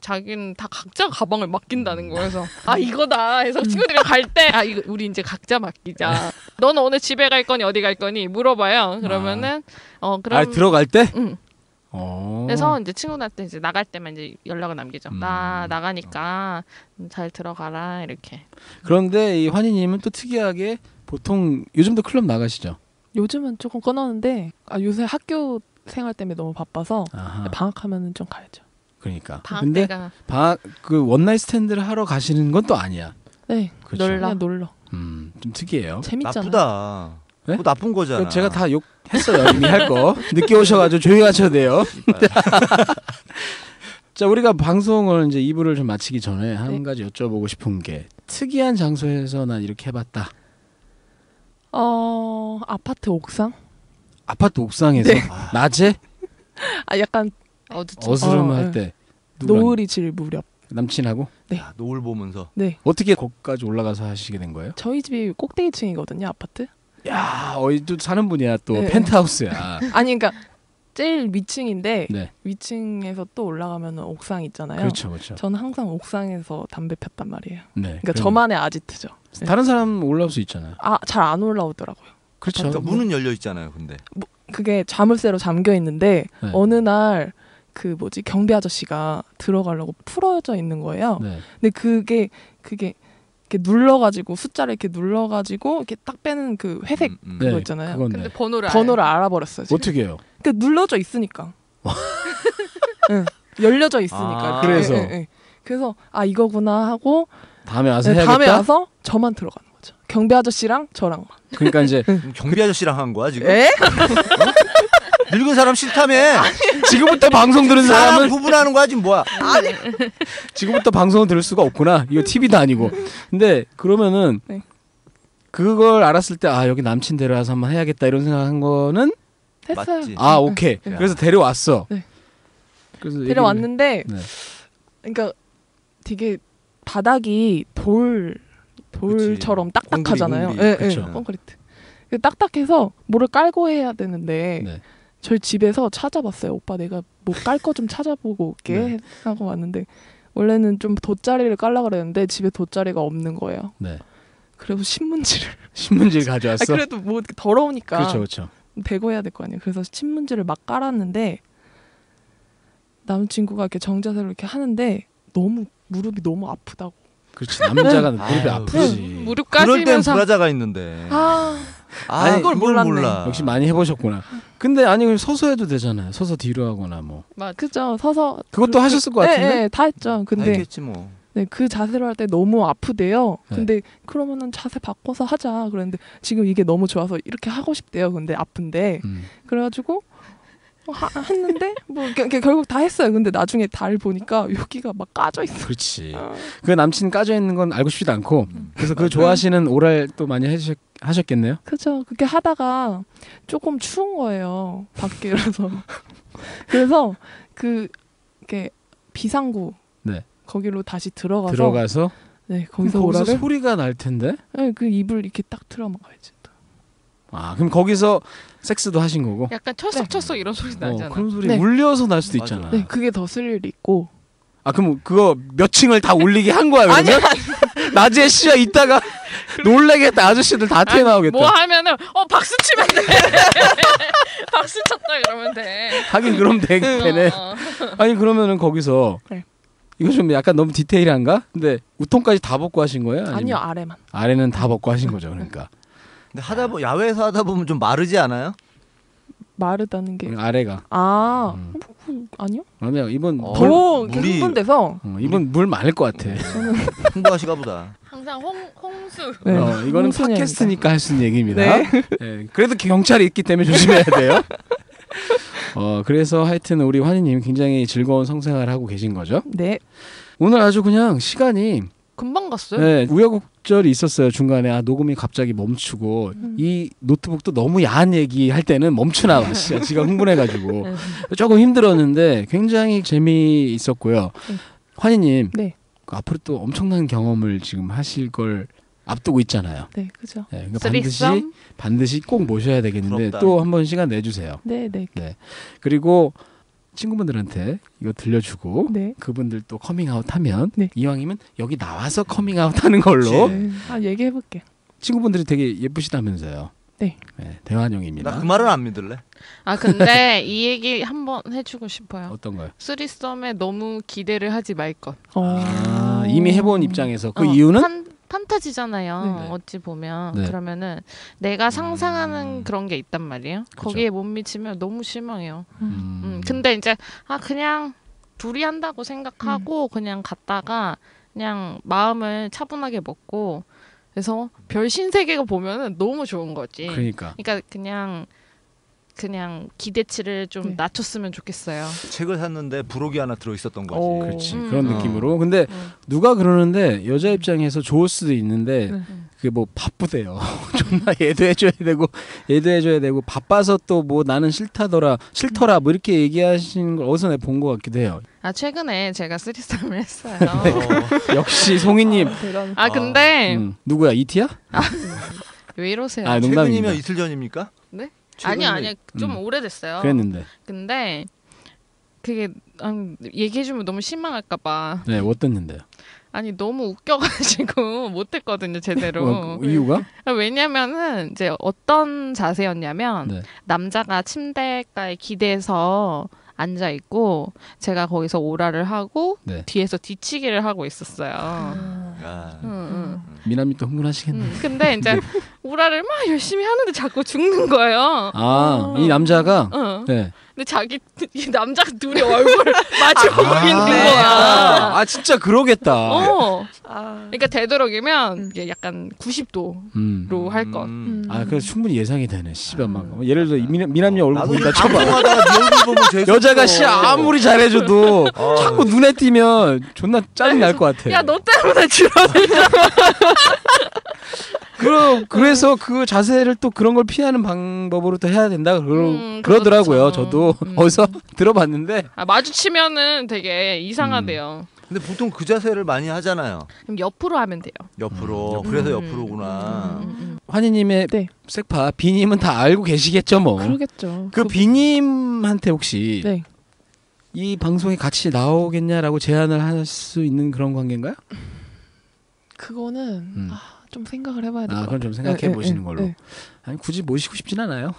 자기는 다 각자 가방을 맡긴다는 거예요 그래서 아 이거다 해서 친구들이랑 갈 때 아 이거 우리 이제 각자 맡기자 넌 오늘 집에 갈 거니 어디 갈 거니 물어봐요 그러면은 어 그럼 아 들어갈 때? 응. 어. 그래서 이제 친구들한테 이제 나갈 때만 이제 연락을 남기죠. 음. 나 나가니까 음, 잘 들어가라 이렇게. 그런데 이 환희님은 또 특이하게 보통 요즘도 클럽 나가시죠? 요즘은 조금 끊었는데 아, 요새 학교 생활 때문에 너무 바빠서 아하. 방학하면은 좀 가야죠. 그러니까. 방학 근데 때가 방학 그 원나잇 스탠드를 하러 가시는 건 또 아니야. 네, 그렇죠. 그냥 놀러. 음, 좀 특이해요. 재밌잖아. 나쁘다. 네? 그거 나쁜 거잖아. 제가 다 욕했어요. 이미 할 거. 늦게 오셔가지고 조용히 하셔도 돼요. 자, 우리가 방송을 이제 2부를 좀 마치기 전에 한 네. 가지 여쭤보고 싶은 게 특이한 장소에서 난 이렇게 해봤다. 어 아파트 옥상? 아파트 옥상에서 낮에 네. 아 약간 어두워. 어스름할 어, 때 누구랑 노을이 질 무렵. 남친하고 야, 노을 아, 보면서 네, 어떻게 거기까지 올라가서 하시게 된 거예요? 저희 집이 꼭대기층이거든요 아파트. 야, 어이 또 사는 분이야 또 네. 펜트하우스야. 아니 그러니까 제일 위층인데 네. 위층에서 또 올라가면 옥상 있잖아요. 그렇죠, 그렇죠. 저는 항상 옥상에서 담배 폈단 말이에요. 네. 그러니까 그럼 저만의 아지트죠. 네. 다른 사람 올라올 수 있잖아요. 아 잘 안 올라오더라고요. 그렇죠. 아, 그러니까 문은 열려 있잖아요. 근데 그게 자물쇠로 잠겨 있는데 네. 어느 날 그 뭐지 경비 아저씨가 들어가려고 풀어져 있는 거예요. 네. 근데 그게 그게 이렇게 눌러가지고 숫자를 이렇게 눌러가지고 이렇게 딱 빼는 그 회색 음, 음. 그거 있잖아요. 그건 근데 네. 번호를 번호를 알아버렸어요. 지금. 어떻게 해요? 그러니까 눌러져 있으니까. 응. 열려져 있으니까. 아, 이렇게. 그래서? 그래서 아 이거구나 하고 다음에 와서 네, 해야겠다. 다음에 와서 저만 들어가는 거죠. 경비 아저씨랑 저랑. 만 그러니까 이제 그럼 경비 아저씨랑 한 거야 지금? 에? 늙은 사람 싫다며. 지금부터 방송 들은 사람 사람은 구분하는 거야 지금 뭐야? 지금부터 방송을 들을 수가 없구나. 이거 TV도 아니고. 근데 그러면은 네. 그걸 알았을 때 아 여기 남친 데려와서 한번 해야겠다 이런 생각한 거는 했어요. 맞지. 아 오케이. 네. 그래서 데려왔어. 네. 그래서 얘기를- 데려왔는데 네. 그러니까 되게 바닥이 돌 돌처럼 딱딱하잖아요. 콘크리, 예, 콘크리. 예, 그쵸. 콘크리트. 그 딱딱해서 뭐를 깔고 해야 되는데 네. 저희 집에서 찾아봤어요. 오빠 내가 뭐 깔 거 좀 찾아보고 올게 네. 하고 왔는데 원래는 좀 돗자리를 깔라 그랬는데 집에 돗자리가 없는 거예요. 네. 그래서 신문지를 신문지를 아 가져왔어. 그래도 뭐 이렇게 더러우니까 그렇죠, 그렇죠. 대고 해야 될 거 아니에요. 그래서 신문지를 막 깔았는데 남친구가 이렇게 정자세로 이렇게 하는데 너무 무릎이 너무 아프다고 그렇지 남자가 무릎이 아유. 아프지. 그럴 땐 무릎까지면서 브라자가 있는데. 아 아, 아니, 그걸 뭘 몰랐네. 몰라. 역시 많이 해보셨구나. 근데 아니 그럼 서서 해도 되잖아요. 서서 뒤로 하거나 뭐 그죠 서서 그것도 그렇게- 하셨을 것 같은데. 네, 네, 다 했죠. 근데 알겠지 뭐. 네, 그 자세로 할 때 너무 아프대요. 네. 근데 그러면은 자세 바꿔서 하자. 그랬는데 지금 이게 너무 좋아서 이렇게 하고 싶대요. 근데 아픈데 음. 그래가지고 어, 하, 했는데 뭐 겨- 겨- 결국 다 했어요. 근데 나중에 달 보니까 여기가 막 까져 있어. 그렇지. 아. 그 남친 까져 있는 건 알고 싶지도 않고. 그래서 그 좋아하시는 오랄 또 많이 해주셨, 하셨겠네요. 그죠? 그렇게 하다가 조금 추운 거예요. 밖에라서 그래서 그 이렇게 비상구 네. 거기로 다시 들어가서 들어가서 네 그럼 거기서 거기서 오라를 소리가 날 텐데. 네, 그 입을 이렇게 딱 틀어막아야지. 아 그럼 거기서 섹스도 하신 거고. 약간 철썩철썩 이런 소리 나잖아. 어, 그런 소리 네. 울려서 날 수도 맞아. 있잖아. 네, 그게 더 스릴 있고 아 그럼 그거 몇 층을 다 올리게 한 거야 그러면? 낮에 씨야 있다가 놀래겠다 아저씨들 다 튀어 나오겠다. 뭐 하면은 어 박수 치면 돼. 박수 쳤다 이러면 돼. 하긴 그럼 되, 되네. 어. 아니 그러면은 거기서 네. 이거 좀 약간 너무 디테일한가? 근데 우통까지 다 벗고 하신 거예요? 아니면 아니요 아래만. 아래는 다 벗고 하신 거죠 그러니까 근데 하다 보 야외에서 하다 보면 좀 마르지 않아요? 마르다는 게 아래가. 아, 음. 뭐, 그, 아니요. 그러면 이번 어, 물, 더 물이- 이렇게 흥분돼서 어, 이번 물 많을 것 같아. 홍보하시가 보다. 항상 홍 홍수. 네, 어, 이거는 흥분이 팟캐스트니까 할 수 있는 얘기입니다. 네. 예, 그래도 경찰이 있기 때문에 조심해야 돼요. 어, 그래서 하여튼 우리 환희님 굉장히 즐거운 성생활을 하고 계신 거죠. 아닙니다. 네. 오늘 아주 그냥 시간이 금방 갔어요. 네, 우여곡절이 있었어요. 중간에 아, 녹음이 갑자기 멈추고 음. 이 노트북도 너무 야한 얘기 할 때는 멈추나 네. 봐. 진짜 지가 흥분해가지고 네. 조금 힘들었는데 굉장히 재미 있었고요. 네. 환희님 네. 그 앞으로 또 엄청난 경험을 지금 하실 걸 앞두고 있잖아요. 네, 그죠. 네, 그러니까 반드시 쓰리썸 반드시 꼭 모셔야 되겠는데 부럽다. 또 한 번 시간 내주세요. 네, 네, 그리고 친구분들한테 이거 들려주고 네. 그분들 또 커밍아웃 하면 네. 이왕이면 여기 나와서 커밍아웃 하는 걸로 그치. 네. 아 얘기해 볼게. 친구분들이 되게 예쁘시다면서요. 네. 대환영입니다. 나 그 말은 안 믿을래. 아 근데 이 얘기 한번 해주고 싶어요. 어떤 거요? 쓰리썸에 너무 기대를 하지 말 것. 어. 아, 이미 해본 입장에서 그 어, 이유는 판, 판타지잖아요. 네. 어찌 보면 네. 음. 그러면은 내가 상상하는 그런 게 있단 말이에요. 그쵸. 거기에 못 미치면 너무 실망해요. 음, 음, 근데 이제 아 그냥 둘이 한다고 생각하고 그냥 갔다가 그냥 마음을 차분하게 먹고 그래서 별 신세계가 보면은 너무 좋은 거지. 그러니까, 그러니까 그냥 그냥 기대치를 좀 네. 낮췄으면 좋겠어요. 책을 샀는데 부록이 하나 들어 있었던 거지. 오. 그렇지 음. 그런 어. 느낌으로 근데 음. 누가 그러는데 여자 입장에서 좋을 수도 있는데 네. 음. 그게 뭐 바쁘대요 존나 예도해줘야 되고 예도해줘야 되고 바빠서 또 뭐 나는 싫다더라 싫더라 뭐 이렇게 얘기하시는 걸 어디서 내가 본 것 같기도 해요 아 최근에 제가 쓰리썸을 했어요. 아, 어. 역시 송이님 대단. 아 근데 음, 누구야 이티야? 왜 이러세요? 아 농담입니다 최근이면 이틀 전입니까? 네? 아니요, 최근에- 아니요. 좀 음. 오래됐어요. 그랬는데 근데 그게 음, 얘기해주면 너무 실망할까 봐. 네 어땠는데요? 아니 너무 웃겨가지고 못했거든요 어, 제대로. 그러니까 그 이유가? 왜냐면은 이제 어떤 자세였냐면 네. 남자가 침대가에 기대서 앉아 있고 제가 거기서 오라를 하고 네. 뒤에서 뒤치기를 하고 있었어요. 아. 야. 응, 음. 응. 미남이 또 흥분하시겠네 응. 근데 이제 오라를 막 열심히 하는데 자꾸 죽는 거예요. 아이 남자가 응. 네. 근데 자기 이 남자가 둘이 얼굴을 마주 보고 있는 거야. 아, 아, 진짜 그러겠다 어. 아. 그러니까 되도록이면 이게 약간 90도로 음. 할 것. 음. 아, 그래서 충분히 예상이 되네. 씨발 막 어, 예를 들어 미남, 미남녀 얼굴 나도 보니까 이거 쳐봐. 방송하다가 네 얼굴 보면 재수 여자가 없어. 씨 아무리 잘해줘도 어. 자꾸 눈에 띄면 존나 짜증 날 것 같아. 야, 너 때문에 지랄을. 그럼 그래서 그 자세를 또 그런 걸 피하는 방법으로 또 해야 된다 그러, 음, 그러더라고요. 그렇죠. 저도 음. 어디서 들어봤는데 아, 마주치면은 되게 이상하대요. 근데 보통 그 자세를 많이 하잖아요. 그럼 옆으로 하면 돼요. 옆으로. 그래서 음. 옆으로구나. 환희님의 네. 색파 아, 비님은 다 알고 계시겠죠 뭐. 그러겠죠. 그 비님한테 혹시 네. 이 방송에 같이 나오겠냐라고 제안을 할 수 있는 그런 관계인가요? 그거는 음. 아, 좀 생각을 해봐야 될 아, 것 그건 같아요. 좀 네, 생각해 네, 보시는 네, 걸로. 네. 아니 굳이 모시고 싶진 않아요.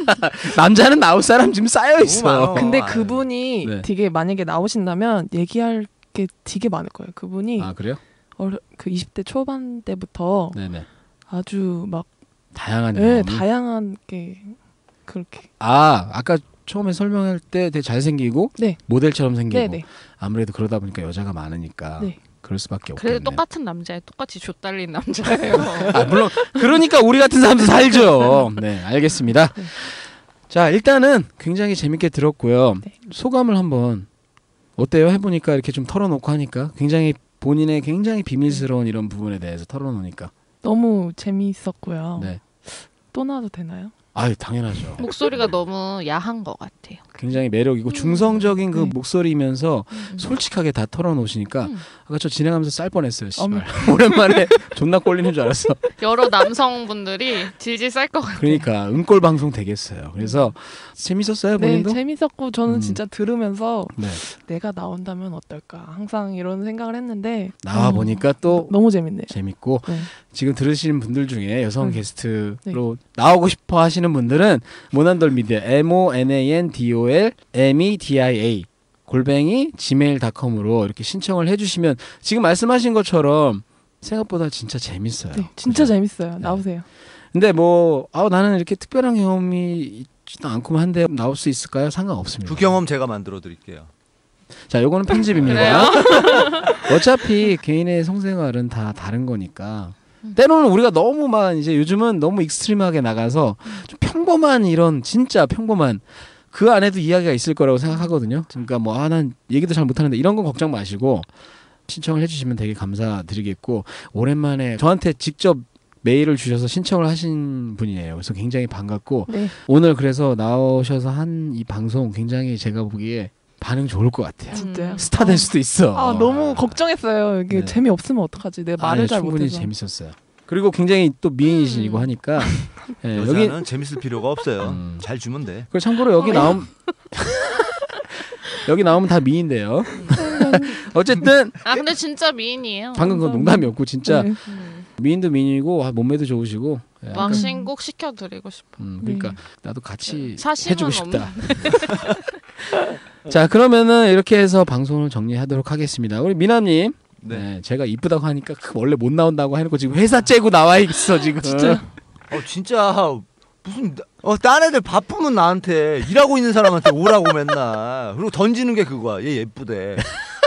남자는 나올 사람 지금 쌓여 있어. 많아. 근데 어, 아유. 그분이 네. 되게 만약에 나오신다면 얘기할 게 되게 많을 거예요. 그분이 아 그래요? 어려, 그 20대 초반 때부터 네네. 아주 막 다양한 예, 경험. 어. 다양한 게 그렇게 아 아까 처음에 설명할 때 되게 잘생기고 네. 모델처럼 생기고 아. 네네 아무래도 그러다 보니까 여자가 많으니까 네. 그럴 수밖에 없겠네. 그래도 똑같은 남자에 똑같이 좆달린 남자예요. 아, 물론 그러니까 우리 같은 사람도 살죠. 네, 알겠습니다. 자, 일단은 굉장히 재밌게 들었고요. 네. 소감을 한번 어때요? 해보니까 이렇게 좀 털어놓고 하니까 굉장히 본인의 굉장히 비밀스러운 이런 부분에 대해서 털어놓으니까. 너무 재미있었고요. 네. 또 나와도 되나요? 아유 당연하죠. 목소리가 너무 야한 것 같아요. 굉장히 매력이고 중성적인 그 네. 목소리면서 음. 솔직하게 다 털어놓으시니까 음. 아까 저 진행하면서 쌀 뻔했어요. 씨발. 오랜만에 존나 꼴리는 줄 알았어. 여러 남성분들이 질질 쌀 것 같아요. 그러니까 은꼴 방송 되겠어요. 그래서 재밌었어요 네, 본인도. 재밌었고 저는 음. 진짜 들으면서 네. 내가 나온다면 어떨까 항상 이런 생각을 했는데 음, 나와 보니까 또 너무 재밌네요. 재밌고 네. 지금 들으시는 분들 중에 여성 음. 게스트로 나오고 싶어 하시는 분들은 모난돌 미디어 M O N A N D O L M E D I A 골뱅이 gmail.com으로 이렇게 신청을 해주시면 지금 말씀하신 것처럼 생각보다 진짜 재밌어요. 네, 진짜 그죠? 재밌어요. 나오세요. 근데 뭐 아, 나는 이렇게 특별한 경험이 있지도 않고 한데 나올 수 있을까요? 상관없습니다. 그 경험 제가 만들어 드릴게요. 자, 요거는 편집입니다. 어차피 개인의 성생활은 다 다른 거니까. 때로는 우리가 너무 막 이제 요즘은 너무 익스트림하게 나가서 좀 평범한 이런 진짜 평범한 그 안에도 이야기가 있을 거라고 생각하거든요. 그러니까 뭐 아 난 얘기도 잘 못하는데 이런 건 걱정 마시고 신청을 해주시면 되게 감사드리겠고 오랜만에 저한테 직접 메일을 주셔서 신청을 하신 분이에요. 그래서 굉장히 반갑고 네. 오늘 그래서 나오셔서 한 이 방송 굉장히 제가 보기에 반응 좋을 것 같아요. 진짜요? 스타 될 수도 있어. 아 너무 걱정했어요. 이게 네. 재미 없으면 어떡하지? 내 말을 아니, 잘 충분히 못해서. 음. 재밌었어요. 그리고 굉장히 또 미인이시고 하니까 예, 여기 여자는 재밌을 필요가 없어요. 음. 잘 주면 돼. 그 참고로 어, 예. 여기 나옴 여기 나오면 다 미인데요. 어쨌든 아 근데 진짜 미인이에요. 방금 그건 농담이었고 진짜 네. 음. 미인도 미인이고 아, 몸매도 좋으시고 예, 약간, 왕신 꼭 시켜드리고 싶어. 음, 네. 그러니까 나도 같이 사심은 해주고 싶다. 자 그러면은 이렇게 해서 방송을 정리하도록 하겠습니다. 우리 미남님 네. 네. 제가 이쁘다고 하니까 그 원래 못 나온다고 해놓고 지금 회사 째고 나와 있어 지금. 진짜. 어 진짜 무슨 나- 어 다른 애들 바쁘면 나한테 일하고 있는 사람한테 오라고 맨날 그리고 던지는 게 그거야. 얘 예쁘대.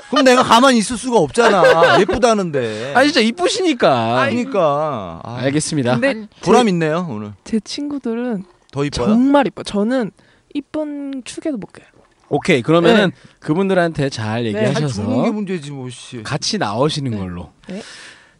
그럼 내가 가만히 있을 수가 없잖아. 예쁘다는데. 아 진짜 이쁘시니까. 그러니까 아, 알겠습니다. 네. 근데 보람 있네요 오늘. 제 친구들은 더 이뻐요. 정말 이뻐. 저는 이쁜 축에도 못 가요. 오케이 그러면은 그분들한테 잘 잘 얘기하셔서 주는 게 문제지 뭐 씨. 같이 나오시는 네. 걸로. 네.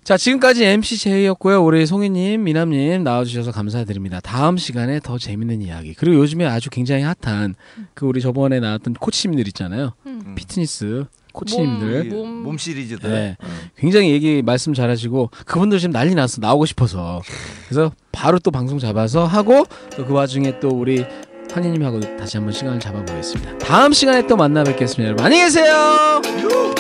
자 지금까지 MC 제이였고요. 우리 송이님, 미남님 나와주셔서 감사드립니다. 다음 시간에 더 재밌는 이야기 그리고 요즘에 아주 굉장히 핫한 그 우리 저번에 나왔던 코치님들 있잖아요. 음. 피트니스 코치님들. 이 몸- 몸 시리즈들. 네. 음. 굉장히 얘기 말씀 잘하시고 그분들 지금 난리 났어 나오고 싶어서 그래서 바로 또 방송 잡아서 하고 또 그 와중에 또 우리 환희님하고 다시 한번 시간을 잡아보겠습니다 다음 시간에 또 만나 뵙겠습니다 여러분 안녕히 계세요